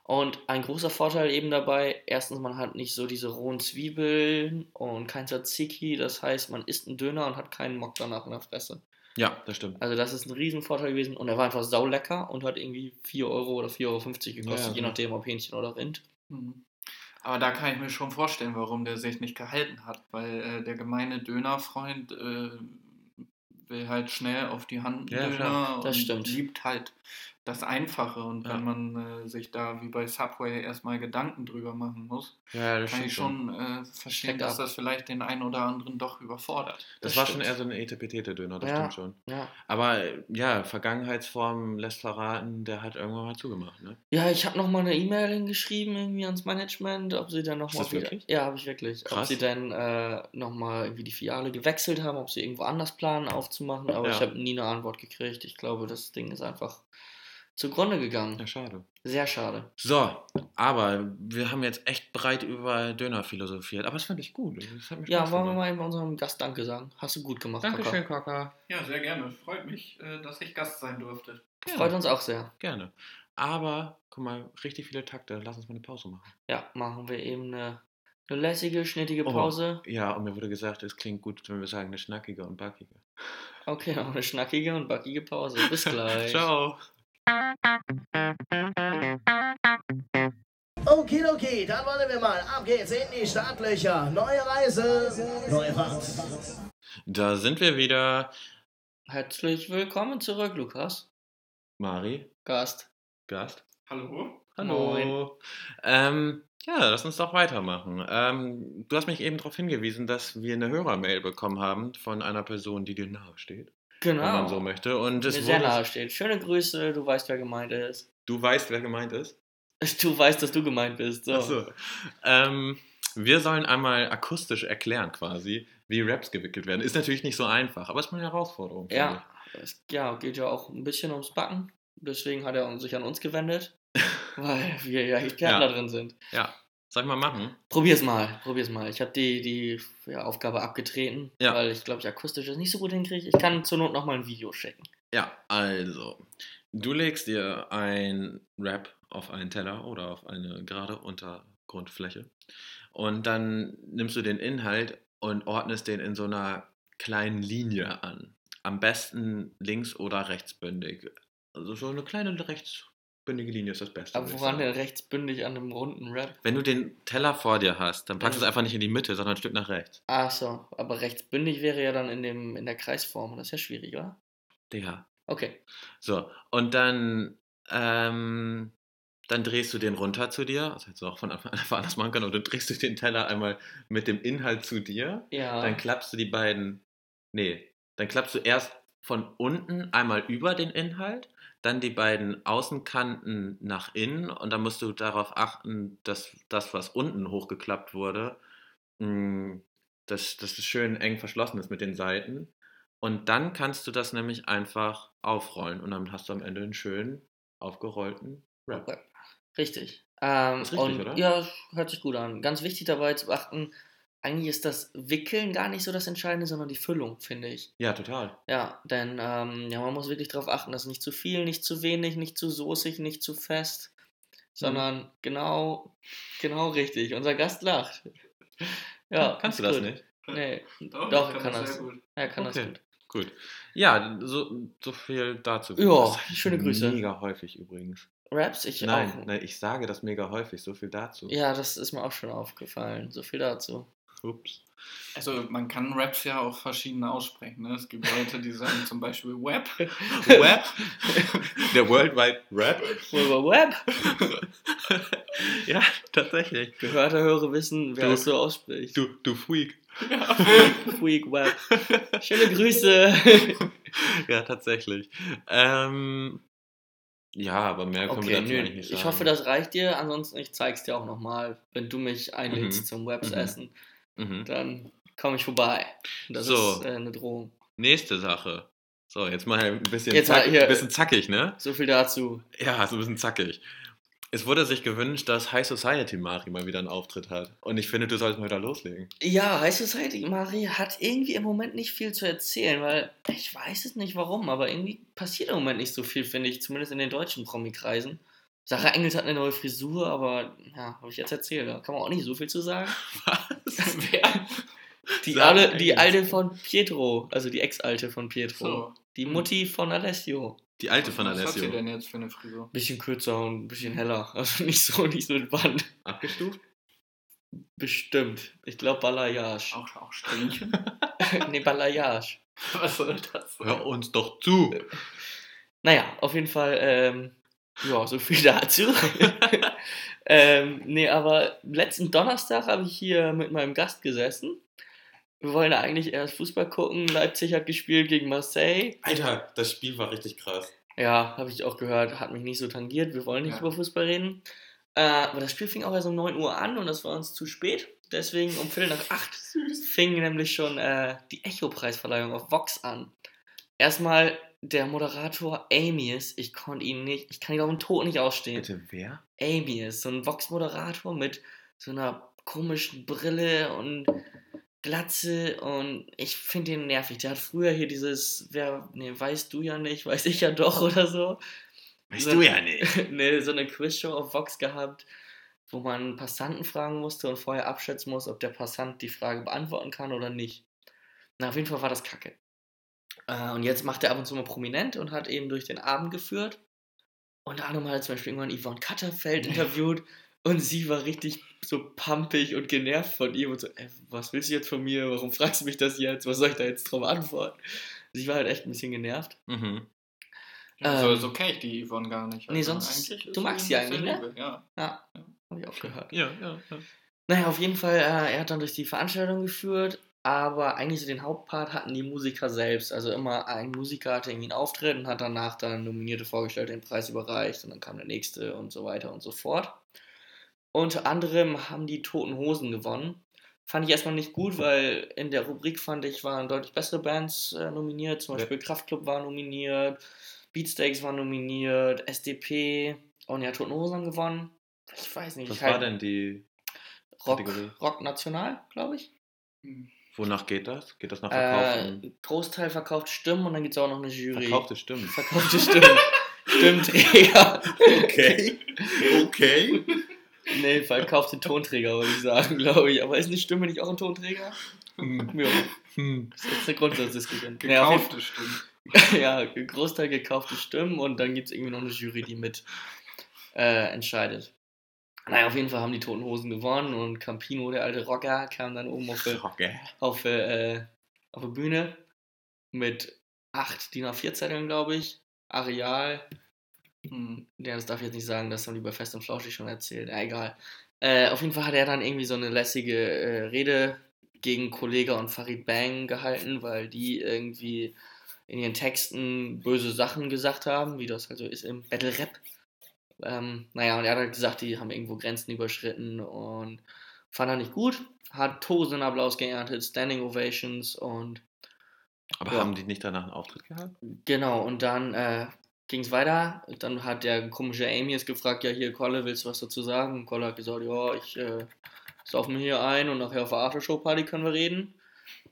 Speaker 2: Und ein großer Vorteil eben dabei, erstens, man hat nicht so diese rohen Zwiebeln und kein Tzatziki. Das heißt, man isst einen Döner und hat keinen Mock danach in der Fresse.
Speaker 1: Ja, das stimmt.
Speaker 2: Also das ist ein Riesenvorteil gewesen. Und er war einfach saulecker und hat irgendwie 4 Euro oder 4,50 Euro gekostet,
Speaker 1: Ja, ja.
Speaker 2: je nachdem, ob Hähnchen oder Rind.
Speaker 3: Mhm. Aber da kann ich mir schon vorstellen, warum der sich nicht gehalten hat, weil äh, der gemeine Dönerfreund äh, will halt schnell auf die Hand einen
Speaker 1: Ja, klar.
Speaker 3: Döner
Speaker 2: Das
Speaker 3: und
Speaker 2: stimmt.
Speaker 3: liebt halt das Einfache. Und
Speaker 1: Ja.
Speaker 3: wenn man äh, sich da wie bei Subway erstmal Gedanken drüber machen muss,
Speaker 2: Also,
Speaker 1: Ja, das
Speaker 3: kann ich schon äh, verstehen,
Speaker 2: Check
Speaker 3: dass
Speaker 2: up.
Speaker 3: das vielleicht den einen oder anderen doch überfordert.
Speaker 1: Das,
Speaker 2: das
Speaker 1: war
Speaker 2: stimmt.
Speaker 1: schon eher so eine Etepetete-Döner, das
Speaker 2: Ja.
Speaker 1: stimmt schon.
Speaker 2: Ja.
Speaker 1: Aber äh, ja, Vergangenheitsform lässt verraten, der hat irgendwann mal zugemacht, ne?
Speaker 2: Ja, ich habe noch mal eine E-Mail hingeschrieben irgendwie ans Management, ob sie dann noch
Speaker 1: Ist
Speaker 2: mal
Speaker 1: das
Speaker 2: wieder,
Speaker 1: wirklich?
Speaker 2: ja, habe ich wirklich, ob
Speaker 1: Krass.
Speaker 2: sie dann äh, noch mal irgendwie die Filiale gewechselt haben, ob sie irgendwo anders planen aufzumachen, aber
Speaker 1: Ja.
Speaker 2: ich habe nie eine Antwort gekriegt. Ich glaube, das Ding ist einfach zugrunde gegangen.
Speaker 1: Ja, schade.
Speaker 2: Sehr schade.
Speaker 1: So, aber wir haben jetzt echt breit über Döner philosophiert. Aber das fand ich gut. Das hat mir
Speaker 2: Ja,
Speaker 1: Spaß
Speaker 2: wollen wir
Speaker 1: gemacht.
Speaker 2: mal eben unserem Gast Danke sagen. Hast du gut gemacht,
Speaker 1: Dankeschön,
Speaker 2: Kaka.
Speaker 1: Kaka.
Speaker 3: Ja, sehr gerne. Freut mich, äh, dass ich Gast sein durfte.
Speaker 2: Freut uns auch sehr.
Speaker 1: Gerne. Aber, guck mal, richtig viele Takte. Lass uns mal eine Pause machen.
Speaker 2: Ja, machen wir eben eine, eine lässige, schnittige
Speaker 1: Oh.
Speaker 2: Pause.
Speaker 1: Ja, und mir wurde gesagt, es klingt gut, wenn wir sagen, eine schnackige und backige.
Speaker 2: Okay, noch eine schnackige und backige Pause. Bis gleich.
Speaker 1: Ciao.
Speaker 4: Okay, okay, dann wollen wir mal. Ab geht's in die Startlöcher. Neue Reise, neue Fahrt.
Speaker 1: Da sind wir wieder.
Speaker 2: Herzlich willkommen zurück, Lukas.
Speaker 1: Mari,
Speaker 2: Gast.
Speaker 1: Gast.
Speaker 3: Hallo?
Speaker 2: Moin.
Speaker 1: Ähm, ja, lass uns doch weitermachen. Ähm, du hast mich eben darauf hingewiesen, dass wir eine Hörermail bekommen haben von einer Person, die dir nahe steht,
Speaker 2: Genau.
Speaker 1: wenn man so möchte. Und
Speaker 2: mir
Speaker 1: es
Speaker 2: sehr
Speaker 1: wurde,
Speaker 2: nahe steht. Schöne Grüße, du weißt, wer gemeint ist.
Speaker 1: du weißt, wer gemeint ist.
Speaker 2: Du weißt, dass du gemeint bist. So.
Speaker 1: Ach so. Ähm, wir sollen einmal akustisch erklären, quasi, wie Raps gewickelt werden. Ist natürlich nicht so einfach, aber ist mal eine Herausforderung. finde
Speaker 2: Ja, es ja, geht ja auch ein bisschen ums Backen. Deswegen hat er sich an uns gewendet, weil wir ja
Speaker 1: Ja.
Speaker 2: Experten da drin sind.
Speaker 1: ich. Ja. Soll ich mal machen?
Speaker 2: Probier's mal, probier's mal. Ich habe die, die ja, Aufgabe abgetreten,
Speaker 1: Ja.
Speaker 2: weil ich glaube, ich akustisch das nicht so gut hinkriege. Ich kann zur Not nochmal ein Video schicken.
Speaker 1: Ja, also, du legst dir ein Wrap auf einen Teller oder auf eine gerade Untergrundfläche und dann nimmst du den Inhalt und ordnest den in so einer kleinen Linie an. Am besten links- oder rechtsbündig. Also so eine kleine rechtsbündige Linie ist das Beste.
Speaker 2: Aber
Speaker 1: würde ich
Speaker 2: woran
Speaker 1: sagen.
Speaker 2: denn rechtsbündig an einem runden Rap?
Speaker 1: Wenn du den Teller vor dir hast, dann packst du es
Speaker 2: Mhm.
Speaker 1: einfach nicht in die Mitte, sondern ein Stück nach rechts.
Speaker 2: Ach so, aber rechtsbündig wäre ja dann in, dem, in der Kreisform. Das ist ja schwierig, oder?
Speaker 1: Ja.
Speaker 2: Okay.
Speaker 1: So, und dann, ähm, dann drehst du den runter zu dir. Das hättest du auch von Anfang an einfach anders machen können. Und dann drehst du den Teller einmal mit dem Inhalt zu dir.
Speaker 2: Ja.
Speaker 1: Dann klappst du die beiden. Nee, dann klappst du erst von unten einmal über den Inhalt. dann die beiden Außenkanten nach innen und dann musst du darauf achten, dass das, was unten hochgeklappt wurde, mh, dass, dass es schön eng verschlossen ist mit den Seiten. Und dann kannst du das nämlich einfach aufrollen und dann hast du am Ende einen schönen aufgerollten Wrap.
Speaker 2: Richtig. Ähm,
Speaker 1: Ist richtig,
Speaker 2: und
Speaker 1: oder?
Speaker 2: ja, hört sich gut an. Ganz wichtig dabei zu beachten, eigentlich ist das Wickeln gar nicht so das Entscheidende, sondern die Füllung, finde ich.
Speaker 1: Ja, total.
Speaker 2: Ja, denn ähm, ja, man muss wirklich darauf achten, dass nicht zu viel, nicht zu wenig, nicht zu soßig, nicht zu fest,
Speaker 1: Mhm.
Speaker 2: sondern genau, genau richtig. Unser Gast lacht. Ja,
Speaker 1: kannst du
Speaker 2: ist
Speaker 1: das
Speaker 2: gut.
Speaker 1: nicht?
Speaker 2: Nee,
Speaker 3: Doch,
Speaker 2: Doch,
Speaker 3: ich
Speaker 2: kann
Speaker 3: das
Speaker 2: das.
Speaker 3: sehr gut.
Speaker 2: er kann das
Speaker 1: Okay.
Speaker 2: gut.
Speaker 1: Gut. Ja, so, so viel dazu.
Speaker 2: Ja,
Speaker 1: Das sag ich
Speaker 2: schöne Grüße.
Speaker 1: Mega häufig übrigens.
Speaker 2: Raps, ich
Speaker 1: nein,
Speaker 2: auch.
Speaker 1: nein, ich sage das mega häufig, so viel dazu.
Speaker 2: Ja, das ist mir auch schon aufgefallen. So viel dazu.
Speaker 1: Ups.
Speaker 3: Also man kann Raps ja auch verschiedene aussprechen. Ne? Es gibt Leute, die sagen zum Beispiel Web.
Speaker 1: Web. Der Worldwide Rap.
Speaker 2: World Wide Web.
Speaker 1: ja, tatsächlich.
Speaker 2: Gehörte Hörer wissen, wer
Speaker 1: Du-
Speaker 2: es so ausspricht.
Speaker 1: Du, du Freak.
Speaker 2: Freak Web. Schöne Grüße.
Speaker 1: Ja, tatsächlich. Ähm, ja, aber mehr können wir
Speaker 2: okay,
Speaker 1: dazu
Speaker 2: nö,
Speaker 1: eigentlich nicht sagen.
Speaker 2: ich hoffe, das reicht dir. Ansonsten, ich zeig's dir auch nochmal, wenn du mich einlädst
Speaker 1: Mhm.
Speaker 2: zum Webs
Speaker 1: Mhm.
Speaker 2: essen.
Speaker 1: Mhm.
Speaker 2: Dann komme ich vorbei. Das
Speaker 1: So.
Speaker 2: ist äh, eine Drohung.
Speaker 1: Nächste Sache. So, jetzt mal ein bisschen,
Speaker 2: Jetzt mal
Speaker 1: zack,
Speaker 2: hier-
Speaker 1: bisschen zackig, ne?
Speaker 2: So viel dazu.
Speaker 1: Ja, ist ein bisschen zackig. Es wurde sich gewünscht, dass High Society Mari mal wieder einen Auftritt hat. Und ich finde, du solltest mal wieder loslegen.
Speaker 2: Ja, High Society Marie hat irgendwie im Moment nicht viel zu erzählen, weil ich weiß es nicht warum, aber irgendwie passiert im Moment nicht so viel, finde ich, zumindest in den deutschen Promi-Kreisen. Sarah Engels hat eine neue Frisur, aber ja, habe ich jetzt erzählt, da kann man auch nicht so viel zu sagen.
Speaker 1: Was?
Speaker 2: Die,
Speaker 1: Sarah
Speaker 2: alle, die
Speaker 1: Engels.
Speaker 2: alte von Pietro, also die Ex-Alte von Pietro.
Speaker 3: So.
Speaker 2: Die Mutti von Alessio.
Speaker 1: Die alte von
Speaker 3: Was hat sie
Speaker 1: Alessio.
Speaker 3: denn jetzt für eine Frisur?
Speaker 2: Bisschen kürzer und ein bisschen heller. Also nicht so, nicht so spannend.
Speaker 1: Abgestuft?
Speaker 2: Bestimmt. Ich glaube Balayage.
Speaker 3: Auch, auch Strähnchen?
Speaker 2: nee, Balayage.
Speaker 3: Was soll das?
Speaker 1: Hör uns doch zu.
Speaker 2: Naja, auf jeden Fall, ähm, ja, so viel dazu. ähm, nee, aber letzten Donnerstag habe ich hier mit meinem Gast gesessen. Wir wollen ja eigentlich erst Fußball gucken. Leipzig hat gespielt gegen Marseille.
Speaker 1: Alter, das Spiel war richtig krass.
Speaker 2: Ja, habe ich auch gehört, hat mich nicht so tangiert. Wir wollen nicht
Speaker 3: Ja.
Speaker 2: über Fußball reden. Äh, aber das Spiel fing auch erst um 9 Uhr an und das war uns zu spät. Deswegen um Viertel nach acht fing nämlich schon äh, die Echo-Preisverleihung auf Vox an. Erstmal der Moderator Amius, ich konnte ihn nicht, ich kann ihn auf den Tod nicht ausstehen.
Speaker 1: Bitte, wer?
Speaker 2: Amius, so ein Vox-Moderator mit so einer komischen Brille und Glatze und ich finde den nervig. Der hat früher hier dieses, wer, nee, weißt du ja nicht, weiß ich ja doch oder so.
Speaker 1: Weißt du ja nicht.
Speaker 2: nee, so eine Quizshow auf Vox gehabt, wo man einen Passanten fragen musste und vorher abschätzen muss, ob der Passant die Frage beantworten kann oder nicht. Na, auf jeden Fall war das kacke. Äh, und jetzt macht er ab und zu mal prominent und hat eben durch den Abend geführt. Unter anderem hat er zum Beispiel irgendwann Yvonne Katterfeld interviewt und sie war richtig so pumpig und genervt von ihm und so, "Ey, was willst du jetzt von mir? Warum fragst du mich das jetzt? Was soll ich da jetzt drauf antworten? Sie war halt echt ein bisschen genervt.
Speaker 1: Mhm.
Speaker 3: Ja, so,
Speaker 2: Ähm.
Speaker 3: so kenne ich die Yvonne gar nicht. Also
Speaker 2: Nee, sonst-
Speaker 3: eigentlich
Speaker 2: du
Speaker 3: ist
Speaker 2: magst
Speaker 3: sie
Speaker 2: sie
Speaker 3: eine
Speaker 2: eigentlich,
Speaker 3: sehr
Speaker 2: ne?
Speaker 3: liebe, Ja.
Speaker 2: Ja, habe ich auch gehört.
Speaker 1: Ja, ja, ja.
Speaker 2: Naja, auf jeden Fall, äh, er hat dann durch die Veranstaltung geführt, aber eigentlich so den Hauptpart hatten die Musiker selbst. Also immer ein Musiker hatte irgendwie einen Auftritt und hat danach dann Nominierte vorgestellt, den Preis überreicht und dann kam der nächste und so weiter und so fort. Unter anderem haben die Toten Hosen gewonnen. Fand ich erstmal nicht gut, weil in der Rubrik fand ich, waren deutlich bessere Bands äh, nominiert. Zum
Speaker 1: Ja.
Speaker 2: Beispiel Kraftklub war nominiert, Beatsteaks war nominiert, SDP und ja, Toten Hosen haben gewonnen. Ich weiß nicht.
Speaker 1: Was
Speaker 2: ich halt-
Speaker 1: war denn die
Speaker 2: Rock,
Speaker 1: Kategorie?
Speaker 2: Rock National, glaube ich.
Speaker 3: Hm,
Speaker 1: Wonach geht das? Geht das nach verkauften?
Speaker 2: Äh, Großteil verkaufte Stimmen und dann gibt es auch noch eine Jury.
Speaker 1: Verkaufte Stimmen.
Speaker 2: Verkaufte Stimmen. Stimmträger.
Speaker 1: Okay.
Speaker 2: Nee, verkaufte Tonträger, würde ich sagen, glaube ich. Aber ist eine Stimme nicht auch ein Tonträger?
Speaker 1: Hm,
Speaker 2: Ja,
Speaker 1: hm.
Speaker 2: das ist eine Grundsatzdiskussion. Nee, auf jeden
Speaker 3: Gekaufte Stimmen.
Speaker 2: Fall- ja, Großteil gekaufte Stimmen und dann gibt es irgendwie noch eine Jury, die mit äh, entscheidet. Naja, auf jeden Fall haben die Toten Hosen gewonnen und Campino, der alte Rocker, kam dann oben auf die
Speaker 1: Okay.
Speaker 2: auf, äh, auf der Bühne mit acht DIN A4-Zetteln, glaube ich. Areal.
Speaker 3: Hm.
Speaker 2: Ja, das darf ich jetzt nicht sagen, das haben die bei Fest und Flauschig schon erzählt. Ja, egal. Äh, auf jeden Fall hat er dann irgendwie so eine lässige äh, Rede gegen Kollega und Farid Bang gehalten, weil die irgendwie in ihren Texten böse Sachen gesagt haben, wie das also ist im Battle Rap. Ähm, naja, und er hat halt gesagt, die haben irgendwo Grenzen überschritten und fand er nicht gut. Hat tosenden Applaus geerntet, Standing Ovations und
Speaker 1: Aber
Speaker 2: Ja.
Speaker 1: haben die nicht danach einen Auftritt gehabt?
Speaker 2: genau, und dann äh, ging es weiter. Dann hat der komische Amius gefragt, ja hier, Kolle, willst du was dazu sagen? Und Kolle hat gesagt, ja, ich äh, sauf mir hier ein und nachher auf der Aftershow-Party können wir reden.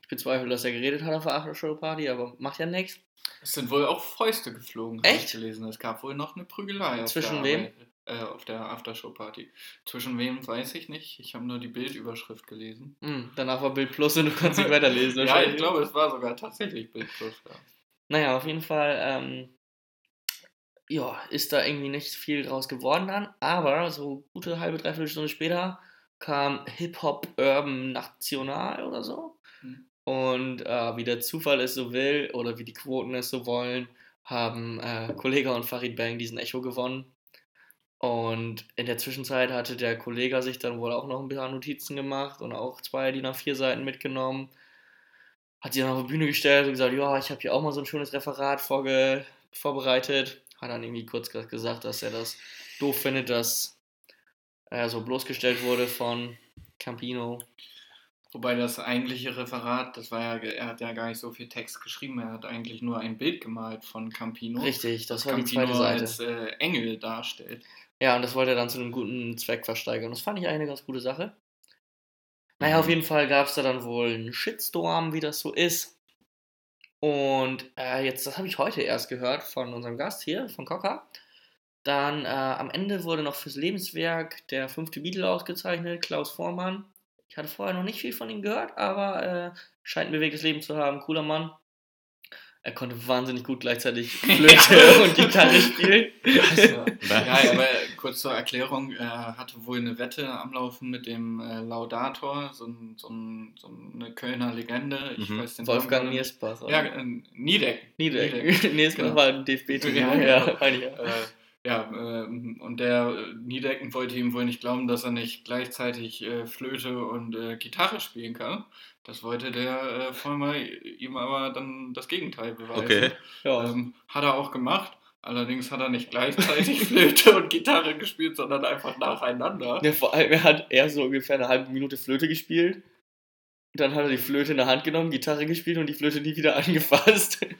Speaker 2: Ich bezweifle, dass er geredet hat auf der Aftershow-Party, aber macht ja nichts.
Speaker 3: Es sind wohl auch Fäuste geflogen, habe ich
Speaker 2: Echt?
Speaker 3: gelesen. Es gab wohl noch eine Prügelei. auf
Speaker 2: Zwischen
Speaker 3: der
Speaker 2: wem?
Speaker 3: Arbeit- Äh, auf der Aftershow-Party. Zwischen wem weiß ich nicht. Ich habe nur die Bildüberschrift gelesen.
Speaker 2: Hm, danach war Bild Plus und du kannst nicht weiterlesen.
Speaker 3: ja,
Speaker 2: wahrscheinlich.
Speaker 3: ich glaube, es war sogar tatsächlich Bild Plus. Ja.
Speaker 2: Naja, auf jeden Fall, ähm, ja, ist da irgendwie nicht viel draus geworden dann, aber so gute halbe, dreiviertel Stunde später kam Hip-Hop Urban National oder so.
Speaker 3: Mhm.
Speaker 2: Und äh, wie der Zufall es so will oder wie die Quoten es so wollen, haben äh, Kollega und Farid Bang diesen Echo gewonnen. Und in der Zwischenzeit hatte der Kollega sich dann wohl auch noch ein paar Notizen gemacht und auch zwei DIN A4 Seiten mitgenommen hat sie dann auf die Bühne gestellt und gesagt, ja, ich habe hier auch mal so ein schönes Referat vorge vorbereitet. Hat dann irgendwie kurz ge- gesagt, dass er das doof findet, dass er so bloßgestellt wurde von Campino.
Speaker 3: Wobei das eigentliche Referat, das war ja, ge- er hat ja gar nicht so viel Text geschrieben, er hat eigentlich nur ein Bild gemalt von Campino.
Speaker 2: Richtig, das war die
Speaker 3: Campino
Speaker 2: zweite Seite.
Speaker 3: als äh, Engel darstellt.
Speaker 2: Ja, und das wollte er dann zu einem guten Zweck versteigern. Das fand ich eigentlich eine ganz gute Sache. Naja,
Speaker 1: Mhm.
Speaker 2: auf jeden Fall gab es da dann wohl einen Shitstorm, wie das so ist. Und äh, jetzt, das habe ich heute erst gehört von unserem Gast hier, von Cocker. Dann äh, am Ende wurde noch fürs Lebenswerk der fünfte Beatle ausgezeichnet, Klaus Vormann. Ich hatte vorher noch nicht viel von ihm gehört, aber äh, scheint ein bewegtes Leben zu haben. Cooler Mann. Er konnte wahnsinnig gut gleichzeitig Flöte
Speaker 3: Ja.
Speaker 2: und Gitarre spielen.
Speaker 3: ja, ja, aber kurz zur Erklärung, er hatte wohl eine Wette am Laufen mit dem äh, Laudator, so, ein, so, ein, so eine Kölner Legende. Ich
Speaker 1: Mhm.
Speaker 3: weiß den
Speaker 2: Wolfgang
Speaker 3: Namen gar nicht.
Speaker 2: Niersbach. oder?
Speaker 3: Ja, äh, Niedecken.
Speaker 2: Niedecken. Nee, es
Speaker 3: Genau.
Speaker 2: war halt ein DFB-Team. Ja,
Speaker 3: Ja, genau.
Speaker 2: ja, meine ich ja.
Speaker 3: Äh, ja, ähm, und der äh, Niedecken wollte ihm wohl nicht glauben, dass er nicht gleichzeitig äh, Flöte und äh, Gitarre spielen kann. Das wollte der äh, Vollmer ihm aber dann das Gegenteil beweisen.
Speaker 1: Okay.
Speaker 2: ja.
Speaker 3: Ähm, hat er auch gemacht. Allerdings hat er nicht gleichzeitig Flöte und Gitarre gespielt, sondern einfach nacheinander.
Speaker 2: Ja, Ne, vor allem, er hat erst so ungefähr eine halbe Minute Flöte gespielt. Dann hat er die Flöte in der Hand genommen, Gitarre gespielt und die Flöte nie wieder angefasst.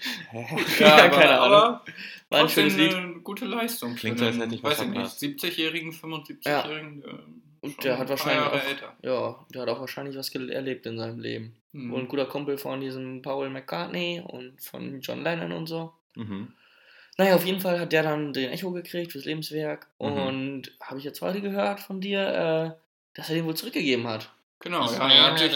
Speaker 2: Ja, keine Ahnung. War ein
Speaker 3: trotzdem
Speaker 2: schönes Lied.
Speaker 3: eine gute Leistung.
Speaker 1: Klingt so,
Speaker 3: für
Speaker 1: als
Speaker 3: einen,
Speaker 1: hätte ich was
Speaker 3: weiß ich nicht,
Speaker 1: verpasst.
Speaker 3: 70-jährigen, 75-jährigen. ähm,
Speaker 2: Und
Speaker 3: schon
Speaker 2: der hat
Speaker 3: ein paar
Speaker 2: wahrscheinlich
Speaker 3: Jahre
Speaker 2: auch-
Speaker 3: älter.
Speaker 2: Ja, der hat auch wahrscheinlich was gel- erlebt in seinem Leben.
Speaker 3: Mhm.
Speaker 2: Und ein guter Kumpel von diesem Paul McCartney und von John Lennon und so.
Speaker 1: Mhm.
Speaker 2: Naja, auf jeden Fall hat der dann den Echo gekriegt fürs Lebenswerk.
Speaker 1: Mhm.
Speaker 2: Und habe ich jetzt heute gehört von dir, äh, dass er den wohl zurückgegeben hat.
Speaker 3: Genau, ja, er hat sich,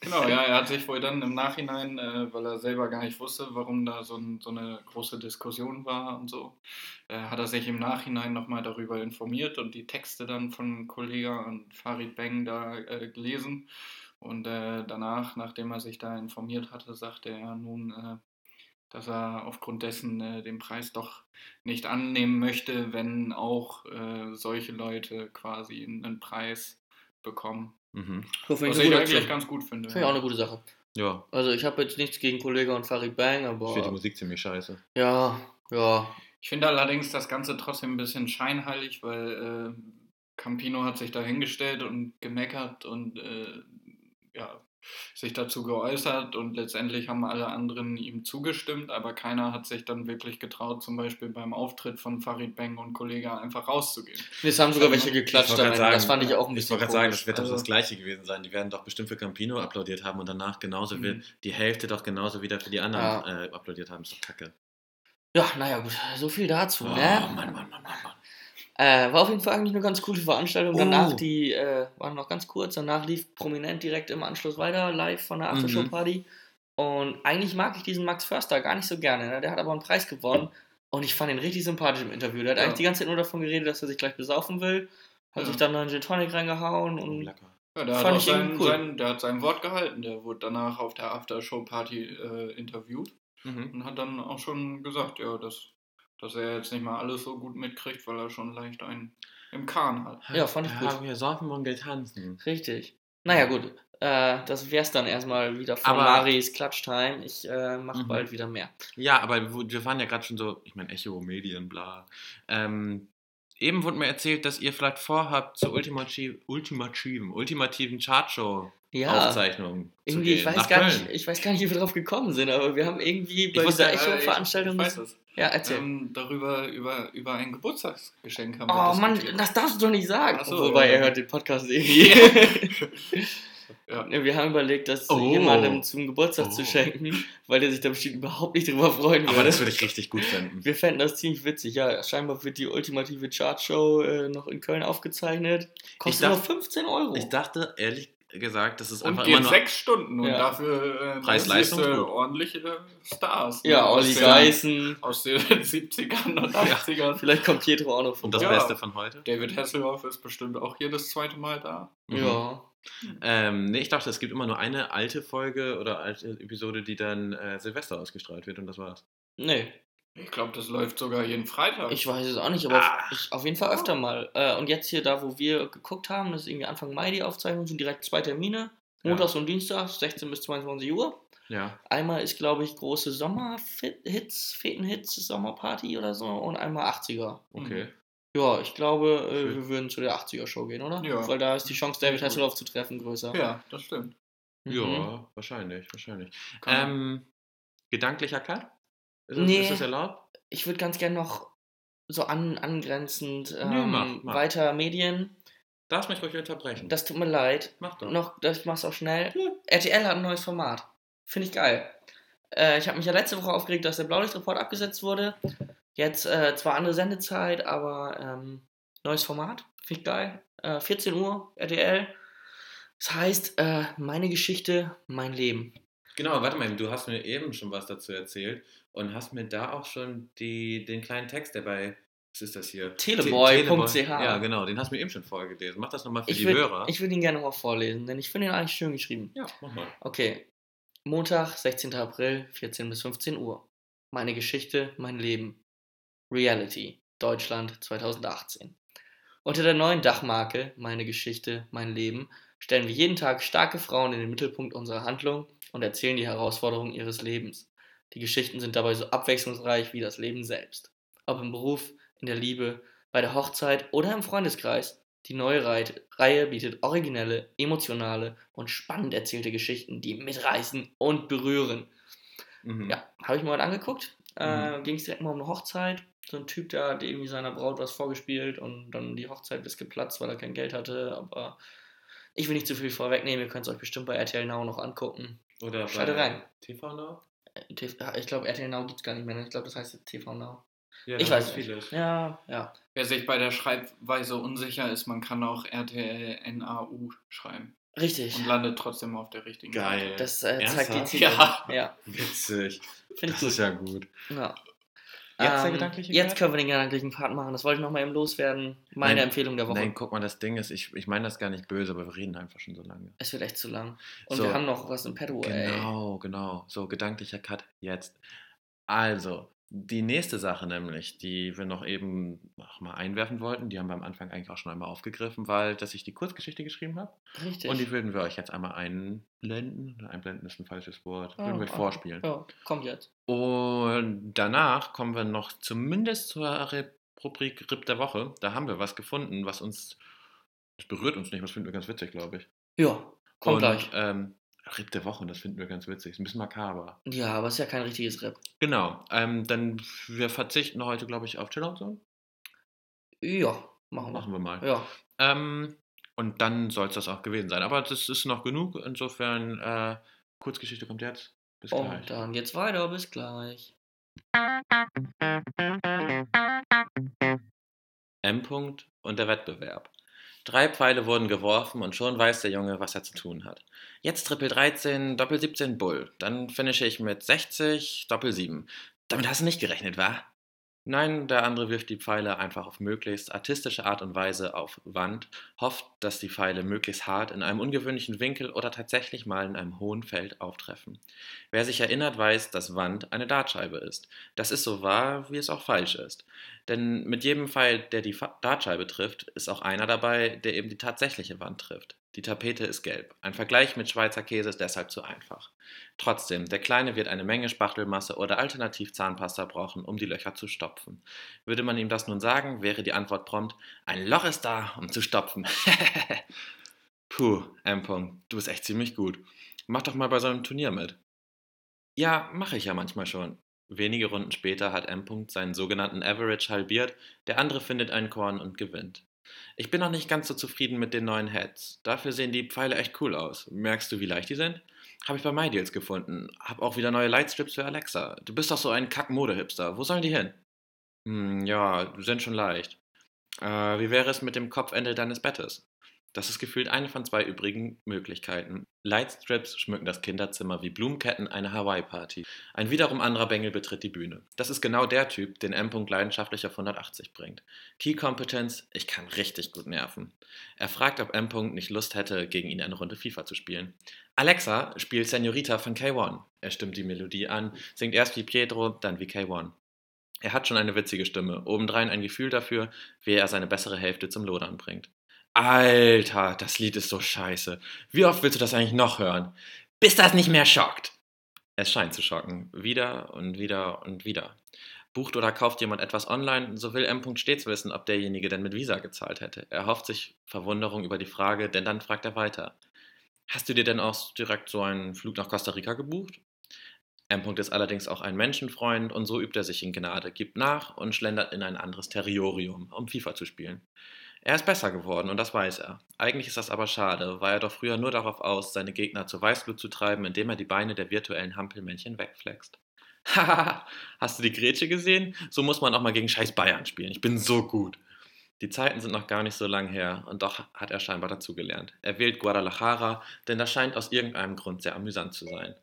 Speaker 3: genau, ja, er hat sich wohl dann im Nachhinein, äh, weil er selber gar nicht wusste, warum da so, ein, so eine große Diskussion war und so, äh, hat er sich im Nachhinein nochmal darüber informiert und die Texte dann von Kollega und Farid Beng da äh, gelesen. Und äh, danach, nachdem er sich da informiert hatte, sagte er nun, äh, dass er aufgrund dessen äh, den Preis doch nicht annehmen möchte, wenn auch äh, solche Leute quasi einen Preis bekommen.
Speaker 1: Mhm.
Speaker 2: So, finde
Speaker 3: Was
Speaker 2: eine
Speaker 3: ich
Speaker 2: gute
Speaker 3: eigentlich
Speaker 2: Aktion.
Speaker 3: ganz gut finde.
Speaker 2: Finde ich auch eine gute Sache.
Speaker 1: Ja,
Speaker 2: Also ich habe jetzt nichts gegen Kollega und Farid Bang,
Speaker 1: ich finde die
Speaker 2: aber
Speaker 1: Musik ziemlich scheiße.
Speaker 2: ja, ja,
Speaker 3: Ich finde allerdings das Ganze trotzdem ein bisschen scheinheilig, weil äh, Campino hat sich da hingestellt und gemeckert und äh, ja, sich dazu geäußert und letztendlich haben alle anderen ihm zugestimmt, aber keiner hat sich dann wirklich getraut, zum Beispiel beim Auftritt von Farid Beng und Kollege einfach rauszugehen.
Speaker 2: es haben sogar welche geklatscht am
Speaker 1: wollte
Speaker 2: Ende.
Speaker 1: gerade
Speaker 2: das
Speaker 1: sagen,
Speaker 2: fand ich auch ein
Speaker 1: Ich
Speaker 2: bisschen
Speaker 1: wollte gerade sagen,
Speaker 2: komisch.
Speaker 1: das wird doch
Speaker 2: also,
Speaker 1: das Gleiche gewesen sein. Die werden doch bestimmt für Campino applaudiert haben und danach genauso
Speaker 3: Mhm.
Speaker 1: wird die Hälfte doch genauso wieder für die anderen
Speaker 2: Ja.
Speaker 1: äh, applaudiert haben. Ist doch kacke.
Speaker 2: Ja, naja, gut, so viel dazu,
Speaker 1: Oh,
Speaker 2: ne?
Speaker 1: Mann, Mann, Mann, Mann, Mann.
Speaker 2: Äh, war auf jeden Fall eigentlich eine ganz coole Veranstaltung.
Speaker 1: Oh.
Speaker 2: Danach, die äh, waren noch ganz kurz, danach lief Prominent direkt im Anschluss weiter, live von
Speaker 1: Mhm.
Speaker 2: der Aftershow-Party. Und eigentlich mag ich diesen Max Förster gar nicht so gerne, ne? der hat aber einen Preis gewonnen. Und ich fand ihn richtig sympathisch im Interview. Der hat
Speaker 3: Ja.
Speaker 2: eigentlich die ganze Zeit nur davon geredet, dass er sich gleich besaufen will. Hat
Speaker 3: Ja.
Speaker 2: sich dann noch einen Gin Tonic reingehauen
Speaker 3: Mhm.
Speaker 2: und
Speaker 1: Lecker.
Speaker 3: Ja, der,
Speaker 2: Fand
Speaker 3: hat auch
Speaker 2: ich irgendwie
Speaker 3: sein,
Speaker 2: cool.
Speaker 3: sein, der hat sein Wort gehalten, der wurde danach auf der Aftershow-Party äh, interviewt.
Speaker 1: Mhm.
Speaker 3: und hat dann auch schon gesagt, ja, dass, dass er jetzt nicht mal alles so gut mitkriegt, weil er schon leicht einen im Kahn hat.
Speaker 2: Ja, fand ich
Speaker 1: Wir
Speaker 2: gut.
Speaker 1: haben hier Saufen und Getanzen.
Speaker 2: Richtig. Naja, gut. Äh, das wär's dann erstmal wieder von
Speaker 1: Aber-
Speaker 2: Maris Klatschtime. Ich äh, mach
Speaker 1: Mhm.
Speaker 2: bald wieder mehr.
Speaker 1: Ja, aber wo- wir waren ja gerade schon so, ich meine, Echo, Medien, bla. Ähm, eben wurde mir erzählt, dass ihr vielleicht vorhabt, zur ultimativen, ultimativen, ultimativen Chartshow-Aufzeichnung
Speaker 2: Ja,
Speaker 1: zu
Speaker 2: irgendwie,
Speaker 1: gehen.
Speaker 2: ich weiß,
Speaker 1: nach
Speaker 2: gar
Speaker 1: Köln.
Speaker 2: nicht, ich weiß gar nicht, wie wir drauf gekommen sind, aber wir haben irgendwie bei
Speaker 3: Ich wusste,
Speaker 2: dieser
Speaker 3: äh, ich-
Speaker 2: Echo-Veranstaltung.
Speaker 3: Ich weiß das.
Speaker 2: Ja, erzähl.
Speaker 3: Ähm, darüber über, über ein Geburtstagsgeschenk haben wir
Speaker 2: oh Mann,
Speaker 3: diskutiert.
Speaker 2: das darfst du doch nicht sagen.
Speaker 3: Ach so,
Speaker 2: Wobei,
Speaker 3: ja.
Speaker 2: er hört den Podcast irgendwie.
Speaker 3: Ja.
Speaker 2: Ne, Wir haben überlegt, das
Speaker 1: Oh.
Speaker 2: jemandem zum Geburtstag
Speaker 1: Oh.
Speaker 2: zu schenken, weil der sich da bestimmt überhaupt nicht drüber freuen würde.
Speaker 1: Aber das würde ich richtig gut finden.
Speaker 2: Wir fänden das ziemlich witzig. Ja, scheinbar wird die ultimative Chartshow äh, noch in Köln aufgezeichnet. Kostet
Speaker 1: dacht-
Speaker 2: nur 15 Euro.
Speaker 1: Ich dachte, ehrlich gesagt, das ist
Speaker 3: Und
Speaker 1: einfach
Speaker 3: geht
Speaker 1: immer nur...
Speaker 3: sechs Stunden und
Speaker 2: Ja.
Speaker 3: dafür äh,
Speaker 1: Preis-Leistung
Speaker 3: siehst du
Speaker 1: gut.
Speaker 3: ordentliche Stars. ne?
Speaker 2: ja,
Speaker 3: Aus
Speaker 2: Olli
Speaker 3: den-
Speaker 2: Geißen.
Speaker 3: Aus den 70ern und 80ern.
Speaker 2: Vielleicht kommt Pietro auch noch
Speaker 1: Und
Speaker 2: vorbei.
Speaker 1: um das
Speaker 3: Ja.
Speaker 1: Beste von heute?
Speaker 3: David Hasselhoff ist bestimmt auch hier das zweite Mal da.
Speaker 2: Ja.
Speaker 1: Mhm. Ähm, nee, ich dachte, es gibt immer nur eine alte Folge oder alte Episode, die dann äh, Silvester ausgestrahlt wird und das war's.
Speaker 2: Nee,
Speaker 3: Ich glaube, das läuft sogar jeden Freitag.
Speaker 2: ich weiß es auch nicht, aber
Speaker 1: Ach.
Speaker 2: ich, auf jeden Fall öfter mal. Äh, und jetzt hier da, wo wir geguckt haben, das ist irgendwie Anfang Mai die Aufzeichnung, sind direkt zwei Termine.
Speaker 1: Ja.
Speaker 2: Montags und Dienstags, 16 bis 22 Uhr.
Speaker 1: Ja.
Speaker 2: Einmal ist, glaube ich, große Sommer-Hits, Feten-Hits, Sommerparty oder so. Und einmal 80er.
Speaker 1: Okay.
Speaker 2: Ja, ich glaube, äh,
Speaker 1: Schön.
Speaker 2: wir würden zu der 80er-Show gehen, oder?
Speaker 3: Ja.
Speaker 2: Weil da ist die Chance, David Hasselhoff zu treffen, größer.
Speaker 3: Ja, das stimmt.
Speaker 2: Mhm.
Speaker 1: Ja, wahrscheinlich, wahrscheinlich.
Speaker 3: Kann-
Speaker 1: Ähm, gedanklicher Cut? Ist das,
Speaker 2: Nee.
Speaker 1: ist das erlaubt?
Speaker 2: Ich würde ganz gerne noch so an, angrenzend ähm,
Speaker 1: Nö, mach, mach.
Speaker 2: weiter Medien.
Speaker 1: Darfst mich ruhig unterbrechen.
Speaker 2: Das tut mir leid.
Speaker 1: Mach doch.
Speaker 2: Noch, das- ich mach's auch schnell.
Speaker 1: Ja.
Speaker 2: RTL hat ein neues Format. Finde ich geil. Äh, ich habe mich ja letzte Woche aufgeregt, dass der Blaulichtreport abgesetzt wurde. Jetzt äh, zwar andere Sendezeit, aber ähm, neues Format. Finde ich geil. Äh, 14 Uhr, RTL. Das heißt, äh, meine Geschichte, mein Leben.
Speaker 1: Genau, warte mal, du hast mir eben schon was dazu erzählt und hast mir da auch schon die, den kleinen Text, der bei, was ist das hier?
Speaker 2: Teleboy.ch.
Speaker 1: Teleboy- Ja, genau, den hast du mir eben schon vorgelesen. Mach das nochmal für
Speaker 2: Ich
Speaker 1: die
Speaker 2: würde
Speaker 1: Hörer.
Speaker 2: würd ihn gerne nochmal vorlesen, denn ich finde ihn eigentlich schön geschrieben.
Speaker 1: ja, mach mal.
Speaker 2: Okay. Montag, 16. April, 14 bis 15 Uhr. Meine Geschichte, mein Leben. Reality, Deutschland 2018. Unter der neuen Dachmarke Meine Geschichte, mein Leben stellen wir jeden Tag starke Frauen in den Mittelpunkt unserer Handlung und erzählen die Herausforderungen ihres Lebens. Die Geschichten sind dabei so abwechslungsreich wie das Leben selbst. Ob im Beruf, in der Liebe, bei der Hochzeit oder im Freundeskreis, die neue Reit- Reihe bietet originelle, emotionale und spannend erzählte Geschichten, die mitreißen und berühren.
Speaker 1: Mhm.
Speaker 2: Ja, habe ich mir heute angeguckt. Äh, Ging es direkt mal um eine Hochzeit. So ein Typ, der hat irgendwie seiner Braut was vorgespielt und dann die Hochzeit ist geplatzt, weil er kein Geld hatte. Aber ich will nicht zu viel vorwegnehmen. Ihr könnt es euch bestimmt bei RTL Now noch angucken.
Speaker 1: Oder
Speaker 2: Schalte rein.
Speaker 1: TV Now?
Speaker 2: Äh, TV ah, Ich glaube, RTL Now gibt es gar nicht mehr. ne? Ich glaube, das heißt TV Now.
Speaker 1: Ja,
Speaker 2: Ich
Speaker 1: da
Speaker 2: weiß
Speaker 1: gibt's
Speaker 2: nicht.
Speaker 1: vieles.
Speaker 2: Ja, ja.
Speaker 3: Wer sich bei der Schreibweise unsicher ist, man kann auch RTL NAU schreiben
Speaker 2: Richtig.
Speaker 3: und landet trotzdem auf der richtigen
Speaker 1: Geil.
Speaker 2: Das äh, zeigt die
Speaker 1: Ernsthaft?
Speaker 2: Ziele.
Speaker 3: Ja.
Speaker 2: ja
Speaker 1: Witzig.
Speaker 2: finde ich
Speaker 1: Das
Speaker 2: gut.
Speaker 1: ist ja gut.
Speaker 2: Ja.
Speaker 1: Jetzt der
Speaker 2: Ähm,
Speaker 1: gedankliche
Speaker 2: Jetzt
Speaker 1: Part?
Speaker 2: können wir den gedanklichen Part machen. Das wollte ich noch mal eben loswerden. Meine
Speaker 1: Nein,
Speaker 2: Empfehlung der Woche.
Speaker 1: Nein, guck mal, das Ding ist, ich, ich meine das gar nicht böse, aber wir reden einfach schon so lange.
Speaker 2: Es wird echt zu lang. Und
Speaker 1: So.
Speaker 2: wir haben noch was im Petto, ey.
Speaker 1: Genau, genau. So, gedanklicher Cut jetzt. Also, die nächste Sache nämlich, die wir noch eben auch mal einwerfen wollten, die haben wir am Anfang eigentlich auch schon einmal aufgegriffen, weil dass ich die Kurzgeschichte geschrieben habe.
Speaker 2: Richtig.
Speaker 1: Und die würden wir euch jetzt einmal einblenden. Einblenden ist ein falsches Wort.
Speaker 2: Ah,
Speaker 1: würden wir
Speaker 2: ah,
Speaker 1: vorspielen.
Speaker 2: ja, kommt jetzt.
Speaker 1: Und danach kommen wir noch zumindest zur Re- Rubrik RIP der Woche. Da haben wir was gefunden, was uns. Das berührt uns nicht, was finden wir ganz witzig, glaube ich.
Speaker 2: Ja, kommt
Speaker 1: und,
Speaker 2: gleich.
Speaker 1: Ähm, RIP der Woche, das finden wir ganz witzig. Ist ein bisschen makaber.
Speaker 2: Ja, aber ist ja kein richtiges Rap.
Speaker 1: Genau, ähm, dann wir verzichten heute, glaube ich, auf Chill Out Zone.
Speaker 2: Ja, machen wir.
Speaker 1: Machen wir mal.
Speaker 2: Ja,
Speaker 1: Ähm, und dann soll es das auch gewesen sein. Aber das ist noch genug. Insofern, äh, Kurzgeschichte kommt jetzt. Bis gleich.
Speaker 2: und dann geht's weiter. Bis gleich.
Speaker 1: M. -Punkt und der Wettbewerb. Drei Pfeile wurden geworfen und schon weiß der Junge, was er zu tun hat. Jetzt Triple 13, Doppel 17 Bull. Dann finische ich mit 60, Doppel 7. Damit hast du nicht gerechnet, wa? Nein, der andere wirft die Pfeile einfach auf möglichst artistische Art und Weise auf Wand, hofft, dass die Pfeile möglichst hart in einem ungewöhnlichen Winkel oder tatsächlich mal in einem hohen Feld auftreffen. Wer sich erinnert, weiß, dass Wand eine Dartscheibe ist. Das ist so wahr, wie es auch falsch ist. Denn mit jedem Pfeil, der die Fa- Dartscheibe trifft, ist auch einer dabei, der eben die tatsächliche Wand trifft. Die Tapete ist gelb. Ein Vergleich mit Schweizer Käse ist deshalb zu einfach. Trotzdem, der Kleine wird eine Menge Spachtelmasse oder alternativ Zahnpasta brauchen, um die Löcher zu stopfen. Würde man ihm das nun sagen, wäre die Antwort prompt: Ein Loch ist da, um zu stopfen. Puh, M. -Punkt, du bist echt ziemlich gut. Mach doch mal bei so einem Turnier mit. Ja, mache ich ja manchmal schon. Wenige Runden später hat M. -Punkt seinen sogenannten Average halbiert, der andere findet ein Korn und gewinnt. Ich bin noch nicht ganz so zufrieden mit den neuen Heads. Dafür sehen die Pfeile echt cool aus. Merkst du, wie leicht die sind? Hab ich bei MyDeals gefunden. Hab auch wieder neue Lightstrips für Alexa. Du bist doch so ein Kack-Mode-Hipster. Wo sollen die hin? Hm, ja, sind schon leicht. Äh, wie wäre es mit dem Kopfende deines Bettes? Das ist gefühlt eine von zwei übrigen Möglichkeiten. Lightstrips schmücken das Kinderzimmer wie Blumenketten eine Hawaii-Party. Ein wiederum anderer Bengel betritt die Bühne. Das ist genau der Typ, den M. -Punkt leidenschaftlich auf 180 bringt. Key-Kompetenz, ich kann richtig gut nerven. Er fragt, ob M. -Punkt nicht Lust hätte, gegen ihn eine Runde FIFA zu spielen. Alexa spielt Senorita von K1. Er stimmt die Melodie an, singt erst wie Pietro, dann wie K1. Er hat schon eine witzige Stimme, obendrein ein Gefühl dafür, wie er seine bessere Hälfte zum Lodern bringt. Alter, das Lied ist so scheiße. Wie oft willst du das eigentlich noch hören? Bis das nicht mehr schockt. Es scheint zu schocken. Wieder und wieder und wieder. Bucht oder kauft jemand etwas online, so will M. stets wissen, ob derjenige denn mit Visa gezahlt hätte. Er hofft sich Verwunderung über die Frage, denn dann fragt er weiter. Hast du dir denn auch direkt so einen Flug nach Costa Rica gebucht? M. ist allerdings auch ein Menschenfreund und so übt er sich in Gnade, gibt nach und schlendert in ein anderes Territorium, um FIFA zu spielen. Er ist besser geworden und das weiß er. Eigentlich ist das aber schade, war er doch früher nur darauf aus, seine Gegner zur Weißglut zu treiben, indem er die Beine der virtuellen Hampelmännchen wegflext. Haha, hast du die Grätsche gesehen? So muss man auch mal gegen scheiß Bayern spielen. Ich bin so gut. Die Zeiten sind noch gar nicht so lang her und doch hat er scheinbar dazugelernt. Er wählt Guadalajara, denn das scheint aus irgendeinem Grund sehr amüsant zu sein.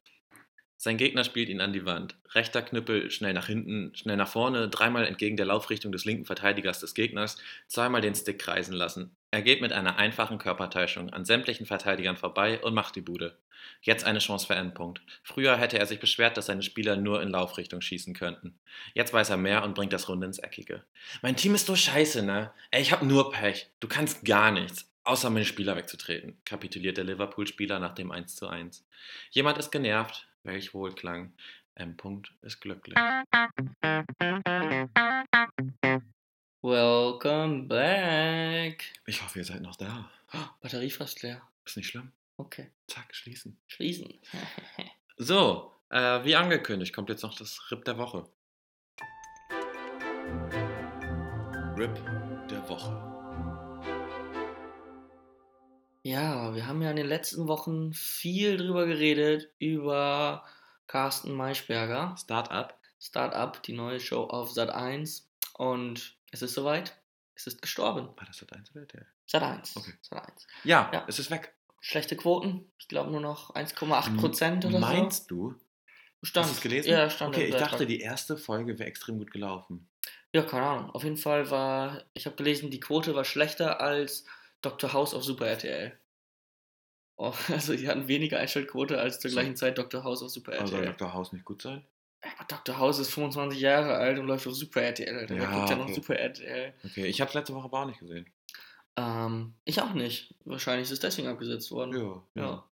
Speaker 1: Sein Gegner spielt ihn an die Wand. Rechter Knüppel schnell nach hinten, schnell nach vorne, dreimal entgegen der Laufrichtung des linken Verteidigers des Gegners, zweimal den Stick kreisen lassen. Er geht mit einer einfachen Körpertäuschung an sämtlichen Verteidigern vorbei und macht die Bude. Jetzt eine Chance für Endpunkt. Früher hätte er sich beschwert, dass seine Spieler nur in Laufrichtung schießen könnten. Jetzt weiß er mehr und bringt das Runde ins Eckige. Mein Team ist so scheiße, ne? Ey, ich hab nur Pech. Du kannst gar nichts außer meine Spieler wegzutreten, kapituliert der Liverpool-Spieler nach dem 1 zu 1. Jemand ist genervt, welch Wohlklang. M. Punkt ist glücklich.
Speaker 2: Welcome back.
Speaker 1: Ich hoffe, ihr seid noch da.
Speaker 2: Batterie fast leer.
Speaker 1: Ist nicht schlimm.
Speaker 2: Okay.
Speaker 1: Zack, schließen.
Speaker 2: Schließen.
Speaker 1: So, äh, wie angekündigt, kommt jetzt noch das RIP der Woche. RIP der Woche.
Speaker 2: Ja, wir haben ja in den letzten Wochen viel drüber geredet, über Carsten Maischberger,
Speaker 1: Startup.
Speaker 2: Startup, die neue Show auf Sat 1. Und es ist soweit, es ist gestorben.
Speaker 1: War Ah, das das einzige? Der-
Speaker 2: Sat 1.
Speaker 1: Okay.
Speaker 2: Sat 1.
Speaker 1: Ja,
Speaker 2: Ja.
Speaker 1: es ist weg.
Speaker 2: Schlechte Quoten, ich glaube nur noch 1,8% Prozent oder so.
Speaker 1: Meinst du?
Speaker 2: Stand.
Speaker 1: Hast du es gelesen?
Speaker 2: Ja, stand
Speaker 1: Okay,
Speaker 2: im
Speaker 1: ich dachte,
Speaker 2: Beitrag.
Speaker 1: die erste Folge wäre extrem gut gelaufen.
Speaker 2: Ja, keine Ahnung. Auf jeden Fall war, ich habe gelesen, die Quote war schlechter als Dr. House auf Super RTL. Oh, also die hatten weniger Einschaltquote als zur
Speaker 1: So.
Speaker 2: gleichen Zeit Dr. House auf Super
Speaker 1: Also soll
Speaker 2: RTL.
Speaker 1: Dr. House nicht gut sein?
Speaker 2: Aber Dr. House ist 25 Jahre alt und läuft auf Super RTL. Alter. Wer
Speaker 1: Ja,
Speaker 2: guckt ja noch
Speaker 1: okay.
Speaker 2: Super RTL?
Speaker 1: Okay, ich habe letzte Woche aber auch nicht gesehen.
Speaker 2: Ähm, ich auch nicht. Wahrscheinlich ist es deswegen abgesetzt worden.
Speaker 1: Ja,
Speaker 2: Ja.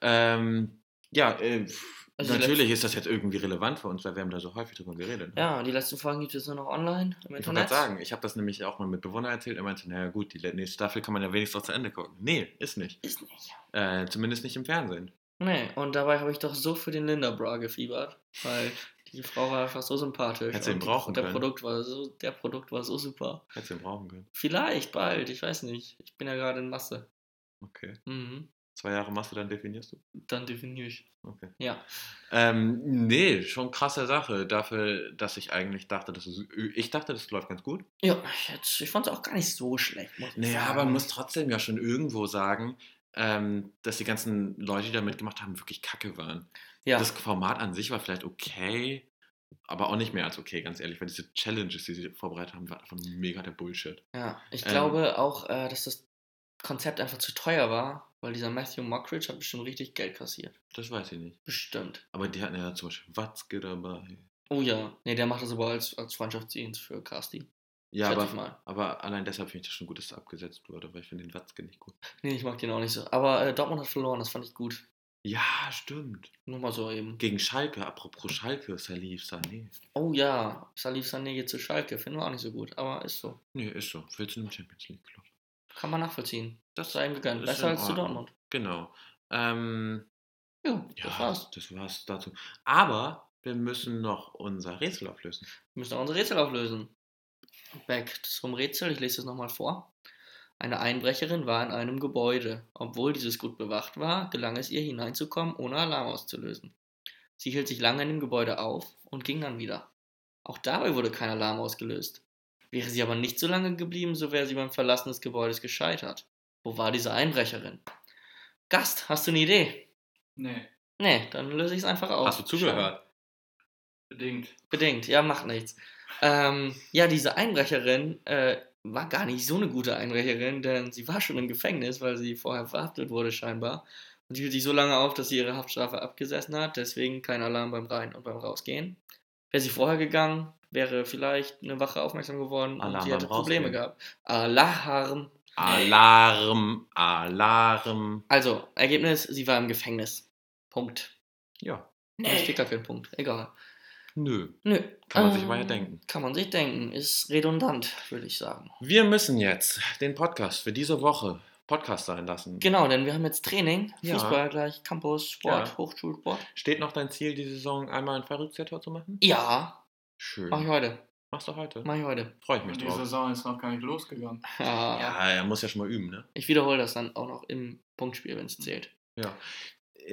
Speaker 1: ja. Ähm, ja, äh, pff,
Speaker 2: Also die
Speaker 1: natürlich ist das jetzt irgendwie relevant für uns, weil wir haben da so häufig drüber geredet. ne?
Speaker 2: Ja, die letzten Folgen gibt es nur noch online im
Speaker 1: Ich wollte
Speaker 2: Internet.
Speaker 1: gerade sagen, ich habe das nämlich auch mal mit Bewohner erzählt. Er meinte, naja gut, die nächste Staffel kann man ja wenigstens noch zu Ende gucken. Nee, ist nicht.
Speaker 2: Ist nicht.
Speaker 1: Äh, zumindest nicht im Fernsehen.
Speaker 2: Nee, und dabei habe ich doch so für den Linda Bra gefiebert, weil die Frau war einfach so sympathisch.
Speaker 1: Hätte sie ihn
Speaker 2: und die-
Speaker 1: brauchen
Speaker 2: der
Speaker 1: können.
Speaker 2: Produkt war so, Der Produkt war so super.
Speaker 1: Hättest du ihn brauchen können.
Speaker 2: Vielleicht bald, ich weiß nicht. Ich bin ja gerade in Masse.
Speaker 1: Okay.
Speaker 2: Mhm.
Speaker 1: Zwei Jahre machst du, dann definierst du.
Speaker 2: Dann definiere ich.
Speaker 1: Okay.
Speaker 2: Ja.
Speaker 1: Ähm, nee, schon krasse Sache. Dafür, dass ich eigentlich dachte, dass es, ich dachte, das läuft ganz gut.
Speaker 2: Ja, ich, hätt's- ich fand es auch gar nicht so schlecht. Muss ich
Speaker 1: Naja,
Speaker 2: sagen.
Speaker 1: aber man muss trotzdem ja schon irgendwo sagen, ähm, dass die ganzen Leute, die da mitgemacht haben, wirklich kacke waren.
Speaker 2: Ja,
Speaker 1: Das Format an sich war vielleicht okay, aber auch nicht mehr als okay, ganz ehrlich, weil diese Challenges, die sie vorbereitet haben, war einfach mega der Bullshit.
Speaker 2: ja. ich
Speaker 1: ähm,
Speaker 2: glaube auch, äh, dass das Konzept einfach zu teuer war, weil dieser Matthew Mockridge hat bestimmt richtig Geld kassiert.
Speaker 1: Das weiß ich nicht.
Speaker 2: Bestimmt.
Speaker 1: Aber die hatten ja zum Beispiel Watzke dabei.
Speaker 2: Oh ja. Nee, der macht das aber als, als Freundschaftsdienst für Casti.
Speaker 1: Ja,
Speaker 2: Schätze
Speaker 1: aber,
Speaker 2: ich mal.
Speaker 1: aber allein deshalb finde ich das schon gut, dass er abgesetzt wurde, weil ich finde den Watzke nicht gut.
Speaker 2: Nee, ich mag den auch nicht so. Aber äh, Dortmund hat verloren, das fand ich gut.
Speaker 1: Ja, stimmt.
Speaker 2: Nur mal so eben.
Speaker 1: Gegen Schalke, apropos Schalke, Salif Sané.
Speaker 2: Oh ja, Salif Sané geht zu Schalke, finden wir auch nicht so gut, aber ist so.
Speaker 1: Nee, ist so. 14 im Champions League Club.
Speaker 2: Kann man nachvollziehen.
Speaker 1: Das
Speaker 2: Sei ihm gegönnt.
Speaker 1: ist
Speaker 2: Besser
Speaker 1: in
Speaker 2: als zu
Speaker 1: Ordnung.
Speaker 2: Dortmund.
Speaker 1: Genau. Ähm,
Speaker 2: Ja,
Speaker 1: ja,
Speaker 2: das war's.
Speaker 1: das war's dazu. Aber wir müssen noch unser Rätsel auflösen.
Speaker 2: Wir müssen auch unser Rätsel auflösen. Back zum Rätsel, ich lese es nochmal vor. Eine Einbrecherin war in einem Gebäude. Obwohl dieses gut bewacht war, gelang es ihr hineinzukommen, ohne Alarm auszulösen. Sie hielt sich lange in dem Gebäude auf und ging dann wieder. Auch dabei wurde kein Alarm ausgelöst. Wäre sie aber nicht so lange geblieben, so wäre sie beim Verlassen des Gebäudes gescheitert. Wo war diese Einbrecherin? Gast, hast du eine Idee?
Speaker 3: Nee,
Speaker 2: Nee, dann löse ich es einfach auf.
Speaker 1: Hast du zugehört?
Speaker 3: bedingt.
Speaker 2: Bedingt, ja, macht nichts. Ähm, ja, diese Einbrecherin äh, war gar nicht so eine gute Einbrecherin, denn sie war schon im Gefängnis, weil sie vorher verhaftet wurde scheinbar. Und sie hielt sich so lange auf, dass sie ihre Haftstrafe abgesessen hat, deswegen kein Alarm beim Rein- und beim Rausgehen. Wäre sie vorher gegangen, wäre vielleicht eine Wache aufmerksam geworden und
Speaker 1: Alarm
Speaker 2: sie hätte
Speaker 1: beim
Speaker 2: Probleme
Speaker 1: Rausgehen.
Speaker 2: gehabt. Alarm.
Speaker 1: Alarm, Alarm.
Speaker 2: Also, Ergebnis, sie war im Gefängnis. Punkt.
Speaker 1: Ja,
Speaker 2: Es steht gar kein Punkt. Egal.
Speaker 1: nö.
Speaker 2: Nö.
Speaker 1: Kann man sich mal ja denken.
Speaker 2: Kann man sich denken. Ist redundant, würde ich sagen.
Speaker 1: Wir müssen jetzt den Podcast für diese Woche Podcast sein lassen.
Speaker 2: Genau, denn wir haben jetzt Training,
Speaker 1: Ja.
Speaker 2: Fußball gleich, Campus, Sport,
Speaker 1: Ja.
Speaker 2: Hochschulsport.
Speaker 1: Steht noch dein Ziel, die Saison einmal ein Verrückter zu machen?
Speaker 2: Ja,
Speaker 1: Schön.
Speaker 2: mach ich heute.
Speaker 1: Machst du heute?
Speaker 2: Mach ich heute.
Speaker 1: Freue ich mich
Speaker 3: Und die
Speaker 1: drauf.
Speaker 3: Saison ist noch gar nicht losgegangen.
Speaker 2: Ja.
Speaker 1: Ja, er muss ja schon mal üben, ne?
Speaker 2: Ich wiederhole das dann auch noch im Punktspiel, wenn es zählt.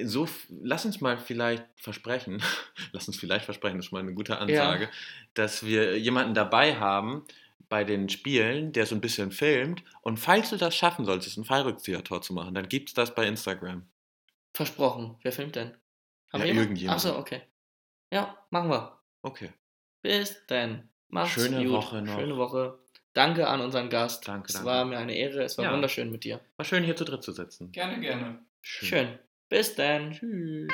Speaker 1: So, f- lass uns mal vielleicht versprechen, lass uns vielleicht versprechen, das ist schon mal eine gute Ansage, dass wir jemanden dabei haben bei den Spielen, der so ein bisschen filmt. Und falls du das schaffen solltest, ein Fallrückzieher-Tor zu machen, dann gibt's das bei Instagram.
Speaker 2: Versprochen. Wer filmt denn?
Speaker 1: Ja,
Speaker 2: jemanden?
Speaker 1: irgendjemand.
Speaker 2: Achso, okay. Ja, machen wir.
Speaker 1: Okay.
Speaker 2: Bis dann. Macht's
Speaker 1: Schöne
Speaker 2: gut.
Speaker 1: Woche noch.
Speaker 2: Schöne Woche. Danke an unseren Gast.
Speaker 1: Danke,
Speaker 2: es
Speaker 1: danke.
Speaker 2: war mir eine Ehre. Es war
Speaker 1: Ja.
Speaker 2: wunderschön mit dir.
Speaker 1: War schön, hier zu dritt zu sitzen.
Speaker 3: Gerne, gerne.
Speaker 2: Schön. Bis dann.
Speaker 1: Tschüss.